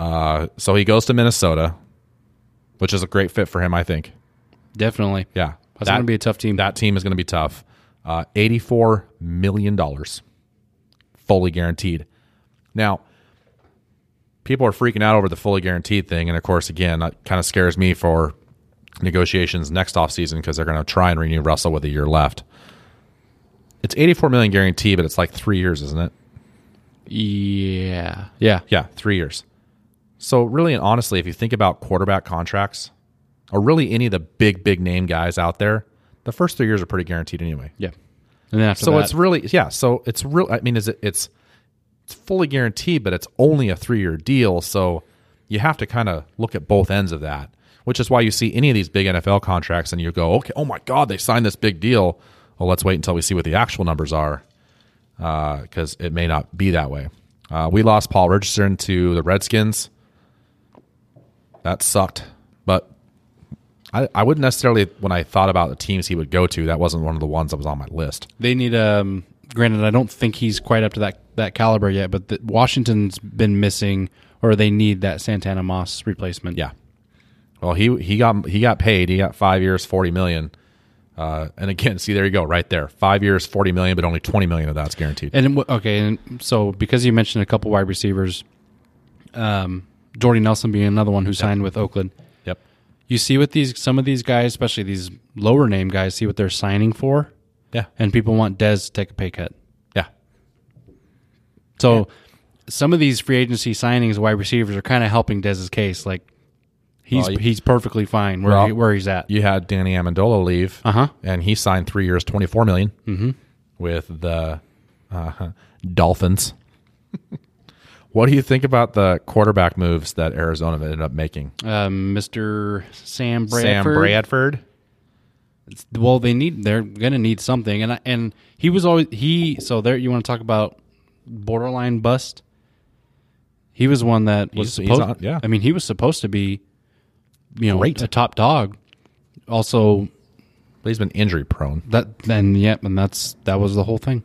C: Uh, so he goes to Minnesota, which is a great fit for him, I think.
A: Definitely.
C: Yeah,
A: That's going to be a tough team.
C: that team is going to be tough. Uh, $84 million fully guaranteed. Now, people are freaking out over the fully guaranteed thing. And of course, again, that kind of scares me for negotiations next offseason because they're going to try and renew Russell with a year left. It's $84 million guaranteed, but it's like three years, isn't it?
A: yeah. Yeah.
C: Yeah, three years. So really and honestly, if you think about quarterback contracts, or really any of the big, big name guys out there, the first three years are pretty guaranteed anyway.
A: Yeah. And then after
C: So
A: that,
C: it's really yeah. So it's real. I mean, is it? It's it's fully guaranteed, but it's only a three year deal. So you have to kind of look at both ends of that, which is why you see any of these big NFL contracts and you go, okay, oh my god, they signed this big deal. Well, let's wait until we see what the actual numbers are, because it may not be that way. Uh, we lost Paul Richardson to the Redskins. That sucked, but. I, I wouldn't necessarily when I thought about the teams he would go to. That wasn't one of the ones that was on my list.
A: They need um granted I don't think he's quite up to that that caliber yet, but the, Washington's been missing or they need that Santana Moss replacement.
C: Yeah. Well, he he got he got paid. He got five years, forty million. Uh, and again, see there you go, right there. Five years, forty million, but only twenty million of that's guaranteed.
A: And w- okay, and so because you mentioned a couple wide receivers, um Jordy Nelson being another one who signed with Oakland.
C: yep.
A: You see what these some of these guys, especially these lower name guys, see what they're signing for
C: Yeah.
A: and people want Dez to take a pay cut.
C: Yeah.
A: So some of these free agency signings, wide receivers, are kind of helping Dez's case. Like he's
C: Well, you-
A: he's perfectly fine where
C: Well,
A: he, where he's at.
C: You had Danny Amendola leave,
A: Uh-huh.
C: and he signed three years, twenty four mm-hmm. with the uh, Dolphins. what do you think about the quarterback moves that Arizona ended up making?
A: Um, Mr. Sam
C: Sam
A: Bradford.
C: Bradford.
A: Well, they need they're gonna need something, and I, and he was always he. So there, you want to talk about borderline bust? He was one that was
C: He's- he's
A: supposed.
C: on- yeah.
A: I mean, he was supposed to be, you know,
C: Great.
A: a top dog, Also,
C: But he's been injury prone.
A: that then yep, and that's that was the whole thing.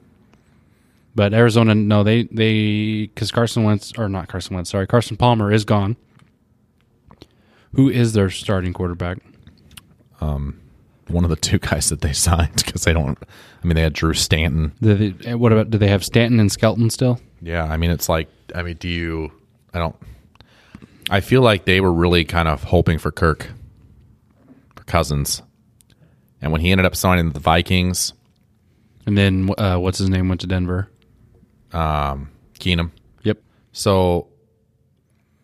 A: But Arizona, no, they they because Carson Wentz or not Carson Wentz, sorry, Carson Palmer is gone. Who is their starting quarterback?
C: One of the two guys that they signed because they don't. I mean, they had Drew Stanton.
A: Do they, eh, what about do they have Stanton and Skelton still?
C: Yeah, I mean, it's like, I mean, do you? I don't. I feel like they were really kind of hoping for Kirk, for Cousins, and when he ended up signing with the Vikings,
A: And then uh, what's his name went to Denver.
C: Keenum.
A: Yep.
C: So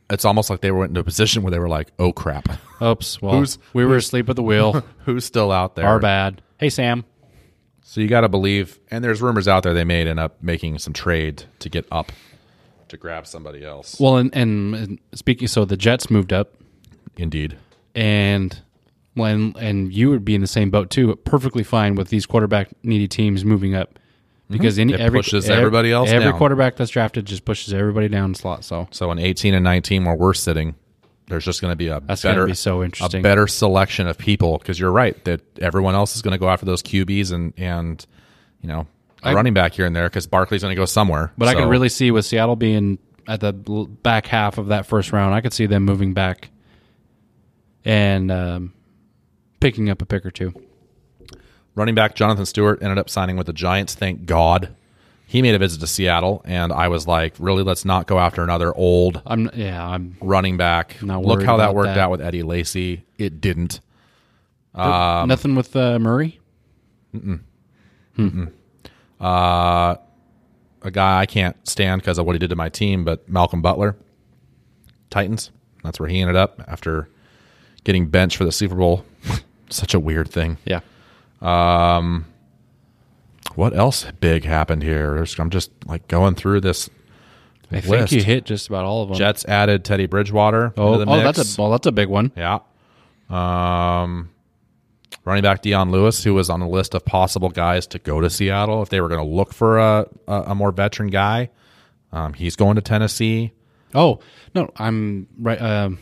C: it's almost like they were into a position where they were like, "Oh crap,
A: Oops. Well,
C: Who's-
A: we were asleep at the wheel.
C: who's still out there?"
A: Our bad. Hey Sam.
C: So you got to believe, and there's rumors out there they may end up making some trade to get up to grab somebody else.
A: Well, and, and, and speaking, so the Jets moved up,
C: Indeed,
A: and when and you would be in the same boat too. But perfectly fine with these quarterback needy teams moving up because any
C: It
A: every,
C: pushes
A: ev-
C: everybody else
A: Every
C: down.
A: quarterback that's drafted just pushes everybody down a slot. So
C: so in 18 and 19 where we're sitting, there's just going to be a
A: That's gonna
C: better,
A: be so interesting.
C: a better selection of people because you're right that everyone else is going to go after those QBs and and you know. a
A: I-
C: running back here and there because Barkley's going to go somewhere.
A: But I
C: So
A: could really see with Seattle being at the l- back half of that first round, I could see them moving back and um, picking up a pick or two.
C: running back Jonathan Stewart ended up signing with the Giants. Thank God. He made a visit to Seattle, and I was like, really, let's not go after another old
A: I'm yeah, I'm
C: running back.
A: Not
C: Look
A: worried
C: how that
A: about
C: worked
A: that.
C: out with Eddie Lacy. It didn't. Um,
A: nothing with uh, Murray.
C: A guy I can't stand because of what he did to my team, but Malcolm Butler, Titans. That's where he ended up after getting benched for the Super Bowl. Such a weird thing.
A: Yeah,
C: What else big happened here? There's, I'm just like going through this.
A: I think
C: List.
A: you hit just about all of them.
C: Jets added Teddy Bridgewater.
A: oh,
C: into the
A: oh,
C: mix.
A: that's a well, that's a big one.
C: Yeah. Um, running back Deion Lewis, who was on the list of possible guys to go to Seattle if they were going to look for a, a, a more veteran guy. Um, he's going to Tennessee.
A: Oh no, I'm right. Um,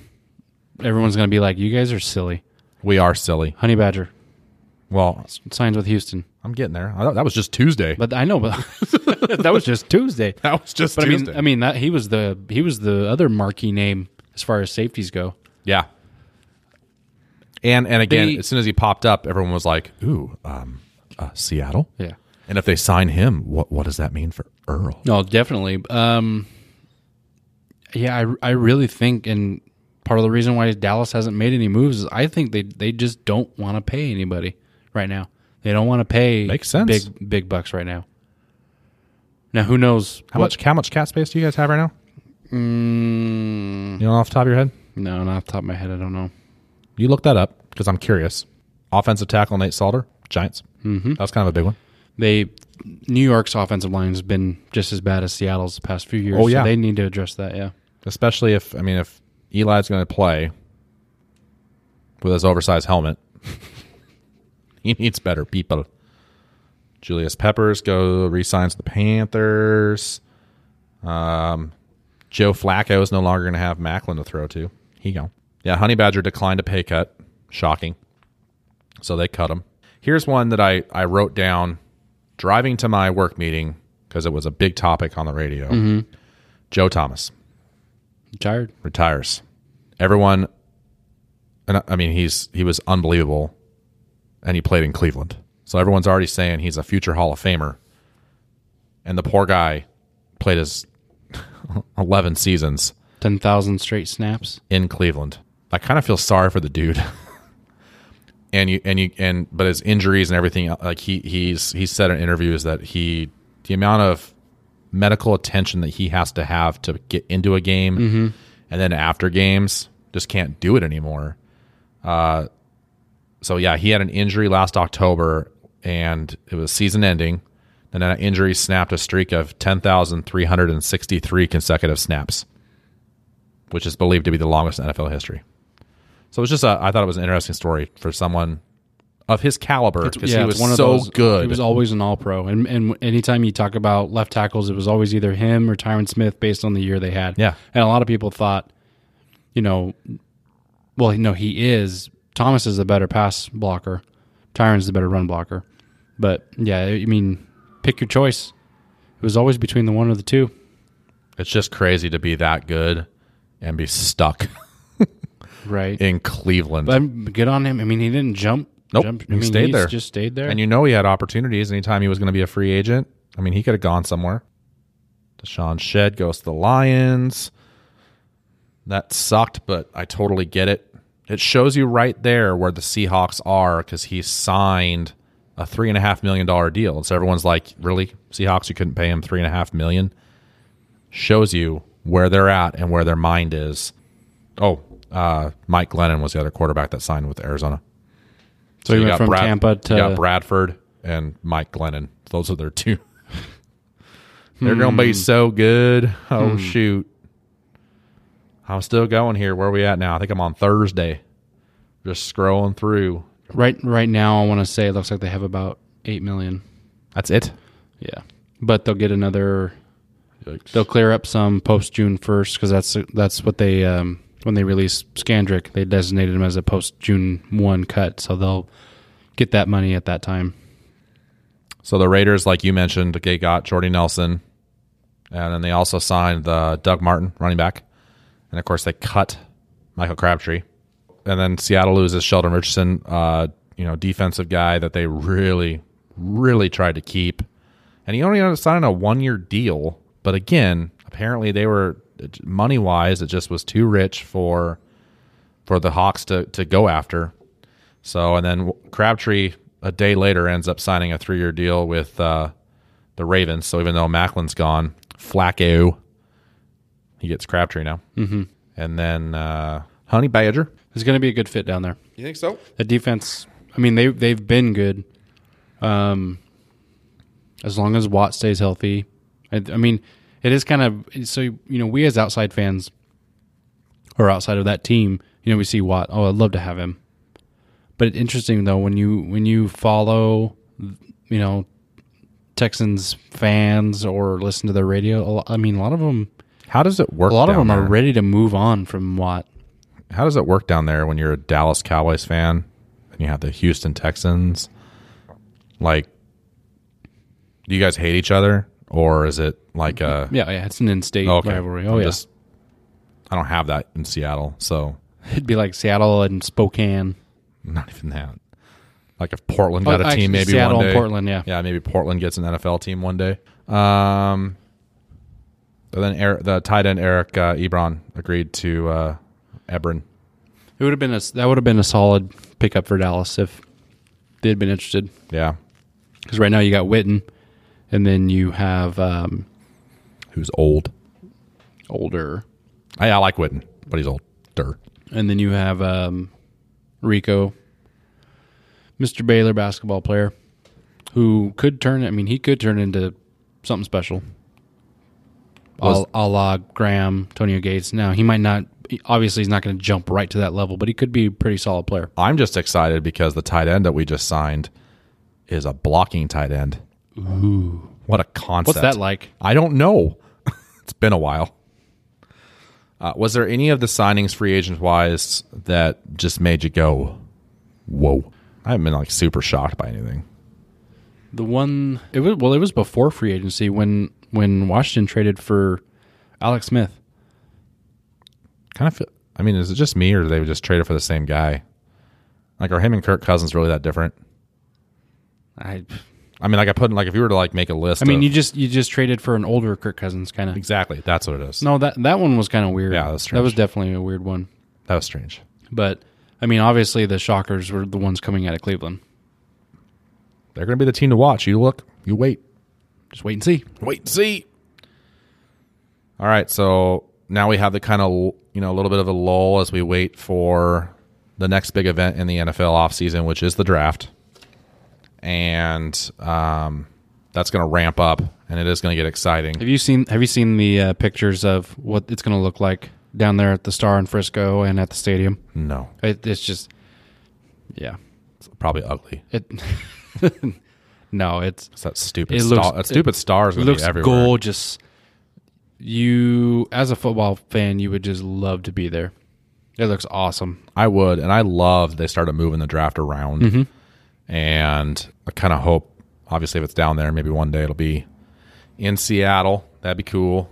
A: everyone's gonna be like, "You guys are silly."
C: We are silly.
A: Honey Badger
C: Well,
A: signs with Houston,
C: I'm getting there. I, thought that was just Tuesday.
A: but I know, but that was just Tuesday.
C: that was just
A: But
C: Tuesday.
A: I mean, I mean that he was the he was the other marquee name as far as safeties go.
C: yeah. And and again,
A: They-
C: as soon as he popped up, everyone was like, "Ooh, um, uh, Seattle."
A: Yeah.
C: And if they sign him, what what does that mean for Earl?
A: No, definitely. Um, yeah, I I really think, and part of the reason why Dallas hasn't made any moves is I think they they just don't want to pay anybody right now. They don't want to pay
C: Makes sense.
A: big big bucks right now. Now who knows
C: How much how much cat space do you guys have right now?
A: Mm.
C: You know, off the top of your head.
A: No, not off the top of my head. I don't know.
C: You look that up because I'm curious. Offensive tackle Nate Salter, Giants. Mm-hmm. That was kind of a big one.
A: They New York's offensive line has been just as bad as Seattle's the past few years.
C: Oh,
A: so
C: yeah.
A: they need to address that. Yeah,
C: Especially if I mean if Eli's going to play with his oversized helmet, he needs better people. Julius Peppers go resigns to the Panthers. Um, Joe Flacco is no longer going to have Macklin to throw to. He go. Yeah, Honey Badger declined a pay cut. Shocking. So they cut him. Here's one that I, I wrote down driving to my work meeting because it was a big topic on the radio. Joe Thomas
A: I'm tired.
C: retires. Everyone, and I- I mean he's he was unbelievable, and he played in Cleveland. So everyone's already saying he's a future Hall of Famer, and the poor guy played his eleven seasons
A: Ten thousand straight snaps.
C: in Cleveland. I kind of feel sorry for the dude. and you and you and but his injuries and everything like he he's he said in interviews that he the amount of medical attention that he has to have to get into a game
A: Mm-hmm.
C: and then after games just can't do it anymore. Uh so yeah, he had an injury last October and it was season ending. And then that injury snapped a streak of 10,363 consecutive snaps which is believed to be the longest in NFL history. So it was just a, I thought it was an interesting story for someone of his caliber because he
A: it's
C: was so good.
A: He was always an all pro. And and anytime you talk about left tackles, it was always either him or Tyron Smith based on the year they had.
C: Yeah.
A: And a lot of people thought, you know, well, no, he is Thomas is the better pass blocker. Tyron's the better run blocker. But yeah, I mean, pick your choice. It was always between the one or the two.
C: It's just crazy to be that good and be stuck
A: Right.
C: in Cleveland.
A: but um, good on him. I mean, he didn't jump.
C: Nope,
A: jump. I
C: he
A: mean,
C: stayed
A: he's
C: there.
A: Just stayed there.
C: and you know he had opportunities anytime he was going to be a free agent. I mean, he could have gone somewhere. Deshaun Shed goes to the Lions. That sucked, but I totally get it. It shows you right there where the Seahawks are because he signed a three and a half million dollar deal. And so everyone's like, really? Seahawks, you couldn't pay him three and a half million? Shows you where they're at and where their mind is. Oh, uh, Mike Glennon was the other quarterback that signed with Arizona.
A: so he
C: You
A: went
C: got
A: from
C: Brad-
A: Tampa
C: you got
A: to
C: Bradford and Mike Glennon. Those are their two. They're going to
A: Hmm.
C: be so good. Oh shoot! I'm still going here. Where are we at now? I think I'm on Thursday. Just scrolling through.
A: right. Right now, I want to say it looks like they have about eight million.
C: That's it.
A: Yeah, but they'll get another. They'll clear up some post June first because that's that's what they um, when they released Scandrick they designated him as a post June one cut, so they'll get that money at that time.
C: So the Raiders, like you mentioned, they got Jordy Nelson, and then they also signed the Doug Martin running back, and of course they cut Michael Crabtree, and then Seattle loses Sheldon Richardson, uh, you know, defensive guy that they really, really tried to keep, and he only ended up signing a one-year deal. But again, apparently they were money-wise, it just was too rich for for the Hawks to to go after. So, and then Crabtree a day later ends up signing a three year deal with uh, the Ravens. So even though Macklin's gone, Flacco, he gets Crabtree now. Mm-hmm. And then uh, Honey Badger.
A: It's going to be a good fit down there.
C: You think so?
A: The defense, I mean they they've been good. Um, as long as Watt stays healthy, I, I mean it is kind of so you know we as outside fans or outside of that team, you know we see Watt. Oh, I'd love to have him. But it's interesting though when you when you follow, you know, Texans fans or listen to their radio. a lo- I mean, a lot of them,
C: How does it work?
A: a lot of
C: down
A: them are
C: there?
A: ready to move on from Watt.
C: How does it work down there when you're a Dallas Cowboys fan and you have the Houston Texans? Like, do you guys hate each other, or is it like a
A: Yeah, yeah, it's an in-state rivalry. Oh
C: I'm
A: yeah,
C: just- I don't have that in Seattle, so
A: it'd be like Seattle and Spokane.
C: Not even that. Like if Portland got a
A: Oh, actually,
C: team, maybe
A: Seattle
C: one
A: and
C: day.
A: Portland, yeah.
C: yeah, maybe Portland gets an NFL team one day. Um, but then Eric, the tight end Eric uh, Ebron agreed to uh, Ebron.
A: It would have been a that would have been a solid pickup for Dallas if they had been interested.
C: Yeah,
A: Because right now you got Witten, and then you have um,
C: who's old?
A: older,
C: I, I like Witten, but he's older.
A: and then you have um, Rico, Mr. Baylor basketball player, who could turn. I mean, he could turn into something special.
C: Was-
A: a a la Graham, Antonio Gates. Now he might not. Obviously, he's not going to jump right to that level, but he could be a pretty solid player.
C: I'm just excited because the tight end that we just signed is a blocking tight end. Ooh, what a concept!
A: What's that like?
C: I don't know. it's been a while. Uh, was there any of the signings, free agent wise, that just made you go, "Whoa"? I haven't been like super shocked by anything.
A: The one it was well, it was before free agency when when Washington traded for Alex Smith.
C: Kind of. Feel, I mean, is it just me, or do they just trade it for the same guy? Like, are him and Kirk Cousins really that different?
A: I
C: I mean, like I put in, like if you were to like make a list.
A: I mean
C: of-
A: you just you just traded for an older Kirk Cousins kind of.
C: exactly that's what it is.
A: No, that that one was kind of weird.
C: Yeah, that's
A: that was
C: strange.
A: definitely a weird one.
C: That was strange.
A: But I mean, obviously the Shockers were the ones coming out of Cleveland.
C: They're going to be the team to watch. You look. You wait.
A: Just wait and see.
C: wait and see. All right, so now we have the kind of you know a little bit of a lull as we wait for the next big event in the NFL offseason, which is the draft, and um, that's going to ramp up, and it is going to get exciting.
A: Have you seen Have you seen the uh, pictures of what it's going to look like down there at the Star in Frisco and at the stadium?
C: No,
A: It, it's just, yeah.
C: it's probably ugly.
A: It no, it's
C: It's that stupid.
A: It
C: star.
A: looks-
C: that stupid star is
A: It
C: going to be
A: looks
C: everywhere.
A: gorgeous. You, as a football fan, you would just love to be there. It looks awesome.
C: I would, and I love they started moving the draft around, and I kind of hope, obviously, if it's down there, maybe one day it'll be in Seattle. That'd be cool.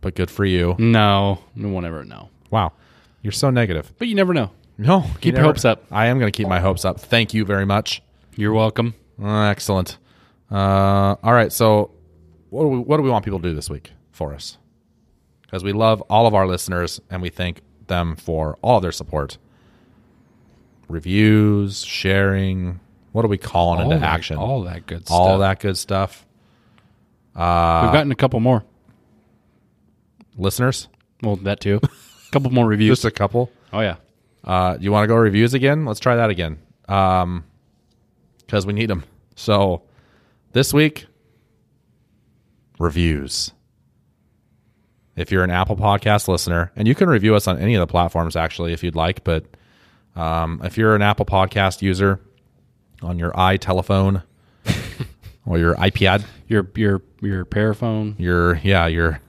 C: But good for
A: Mm.
C: you.
A: No, no one ever know.
C: Wow, you're so negative.
A: But you never know.
C: No,
A: Keep your hopes up.
C: I am going to keep my hopes up. Thank you very much.
A: You're welcome.
C: Uh, excellent. Uh, all right. So, what do, we, what do we want people to do this week for us? Because we love all of our listeners and we thank them for all of their support, reviews, sharing. What are we calling into
A: that,
C: action?
A: all that good stuff.
C: All that good stuff.
A: We've gotten a couple more.
C: Listeners,
A: Well, that too. A couple more reviews.
C: just a couple.
A: oh yeah.
C: Uh, you want to go reviews again? Let's try that again. Um, because we need them. So this week, reviews. If you're an Apple Podcast listener, and you can review us on any of the platforms actually, if you'd like, but um, if you're an Apple Podcast user on your iTelephone or your iPad,
A: Your your your paraphone.
C: your yeah, your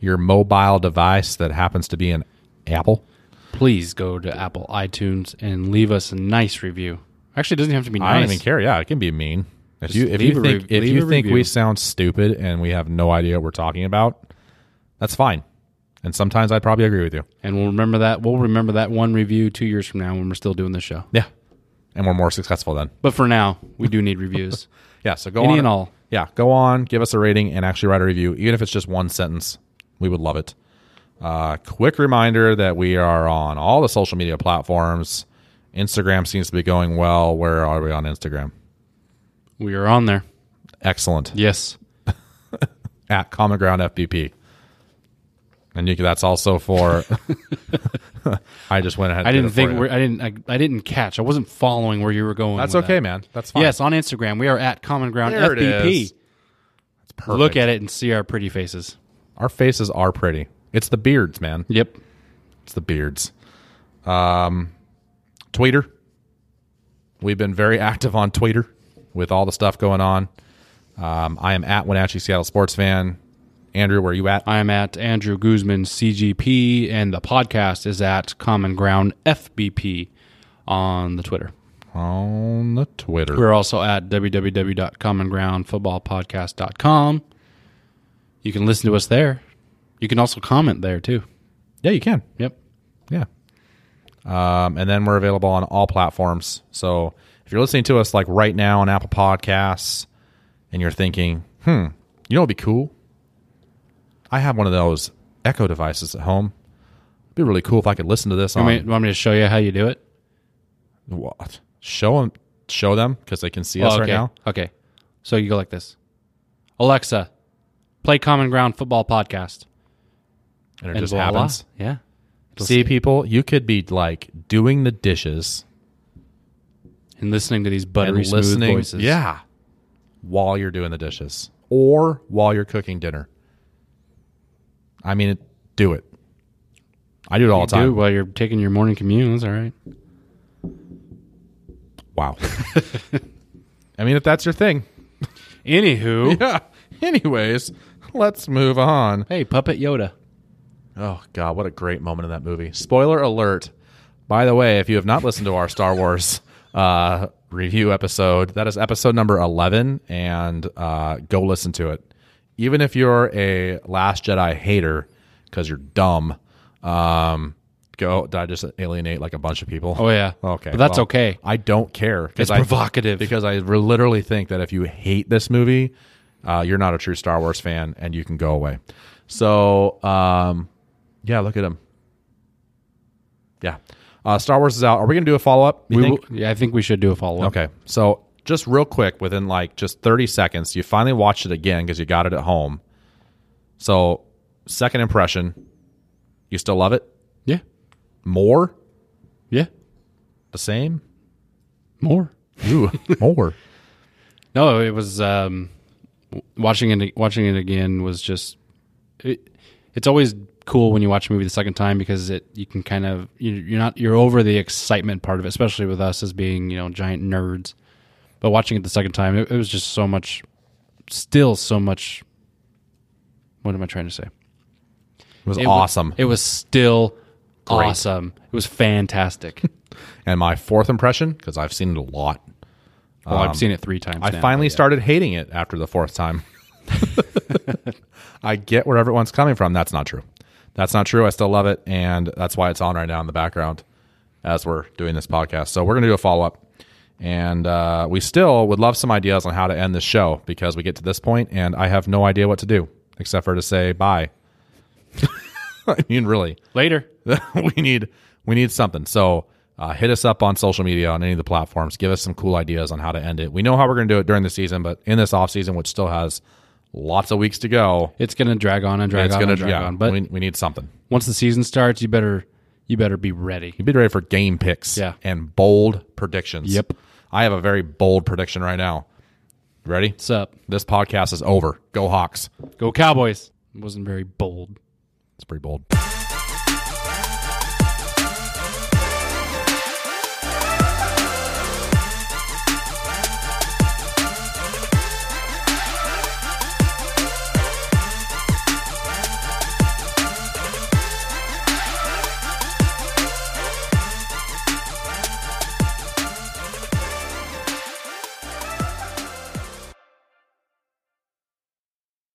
C: your mobile device that happens to be an Apple.
A: Please go to Apple iTunes and leave us a nice review. Actually, it doesn't have to be nice.
C: I don't even care. Yeah, it can be mean. If
A: Just
C: you if
A: leave
C: you
A: a
C: think
A: re-
C: if
A: leave
C: you
A: a
C: think we
A: review.
C: sound stupid and we have no idea what we're talking about, that's fine. And sometimes I'd probably agree with you.
A: And we'll remember that. We'll remember that one review two years from now when we're still doing the show.
C: Yeah, and we're more successful then.
A: But for now, we do need reviews.
C: Yeah. So go
A: Any
C: on
A: and all.
C: Yeah, go on, give us a rating, and actually write a review, even if it's just one sentence. We would love it. Uh, quick reminder that we are on all the social media platforms. Instagram seems to be going well. Where are we on Instagram?
A: We are on there.
C: Excellent.
A: Yes.
C: at Common Ground FBP. And you, can- that's also for. I just went ahead. And
A: I
C: did
A: didn't
C: it
A: think
C: for you.
A: we're, I didn't I, I didn't catch. I wasn't following where you were going.
C: That's
A: with
C: okay,
A: that.
C: man. That's fine.
A: Yes, on Instagram we are at Common Ground
C: There it
A: FBP.
C: is. it's perfect.
A: Look at it and see our pretty faces.
C: our faces are pretty. It's the beards, man.
A: Yep.
C: It's the beards. Um, Twitter. We've been very active on Twitter with all the stuff going on. Um, I am at Wenatchee Seattle Sports Fan. Andrew, where are you at?
A: I am at Andrew Guzman CGP, and the podcast is at Common Ground FBP on the Twitter.
C: On the Twitter.
A: We're also at www.commongroundfootballpodcast.com. You can listen to us there. You can also comment there too.
C: Yeah, you can.
A: Yep.
C: Yeah. Um, and then we're available on all platforms. So if you're listening to us like right now on Apple Podcasts and you're thinking, hmm, you know what'd be cool? I have one of those Echo devices at home. It'd be really cool if I could listen to this on
A: Want me, want me to show you how you do it?
C: what? Show them, show them because they can see us
A: Oh, okay.
C: right now.
A: Okay. So you go like this Alexa, play Common Ground Football Podcast.
C: And it
A: And
C: just
A: voila.
C: happens.
A: Yeah. It'll
C: See, people, you could be like doing the dishes
A: And listening to these buttery
C: and listening.
A: smooth voices.
C: Yeah. While you're doing the dishes or while you're cooking dinner. I mean, do it. I do it all
A: You
C: the time.
A: do while you're taking your morning commute. That's all right.
C: Wow. I mean, if that's your thing.
A: Anywho,
C: Yeah. Anyways, let's move on.
A: hey, Puppet Yoda.
C: Oh, God, what a great moment in that movie. Spoiler alert. By the way, if you have not listened to our Star Wars uh, review episode, that is episode number 11, and uh, go listen to it. Even if you're a Last Jedi hater because you're dumb, um, go. Did I just alienate like a bunch of people?
A: Oh, yeah.
C: Okay.
A: But that's
C: well,
A: okay.
C: I don't care. 'cause
A: It's
C: I-
A: provocative.
C: Because I re- literally think that if you hate this movie, uh, you're not a true Star Wars fan and you can go away. So, um, yeah, look at him. Yeah. Uh, Star Wars is out. Are we going to do a follow up?
A: We will, yeah, I think we should do a follow up.
C: Okay. So, just real quick, within like just 30 seconds, you finally watched it again because you got it at home. So, second impression, you still love it?
A: Yeah.
C: More?
A: Yeah.
C: The same?
A: More.
C: Ooh, more.
A: No, it was um, w- watching it. Watching it again was just. It, it's always cool when you watch a movie the second time because it you can kind of you- you're not you're over the excitement part of it, especially with us as being you know giant nerds. But watching it the second time, it, it was just so much. Still, so much. What am I trying to say?
C: It was
A: It wa-
C: awesome.
A: it was still
C: Great.
A: awesome. It was fantastic.
C: And my fourth impression, because I've seen it a lot,
A: well, Oh, I've seen it three times.
C: Um, I
A: now,
C: finally
A: but yeah.
C: started hating it after the fourth time. I get where everyone's coming from. That's not true. That's not true. I still love it. And that's why it's on right now in the background as we're doing this podcast. So we're going to do a follow up. And uh, we still would love some ideas on how to end this show because we get to this point and I have no idea what to do except for to say bye. I mean, really.
A: later.
C: we need we need something. So uh, hit us up on social media on any of the platforms. Give us some cool ideas on how to end it. We know how we're going to do it during the season, but in this off season, which still has lots of weeks to go,
A: It's gonna drag on and drag
C: it's
A: on
C: going to
A: and drag on. But
C: we, we need something.
A: once the season starts, you better you better be ready.
C: Be ready for game picks.
A: Yeah.
C: and bold predictions.
A: Yep.
C: I have a very bold prediction right now. Ready?
A: What's up?
C: This podcast is over. Go Hawks.
A: Go Cowboys. Wasn't very bold.
C: It's pretty bold.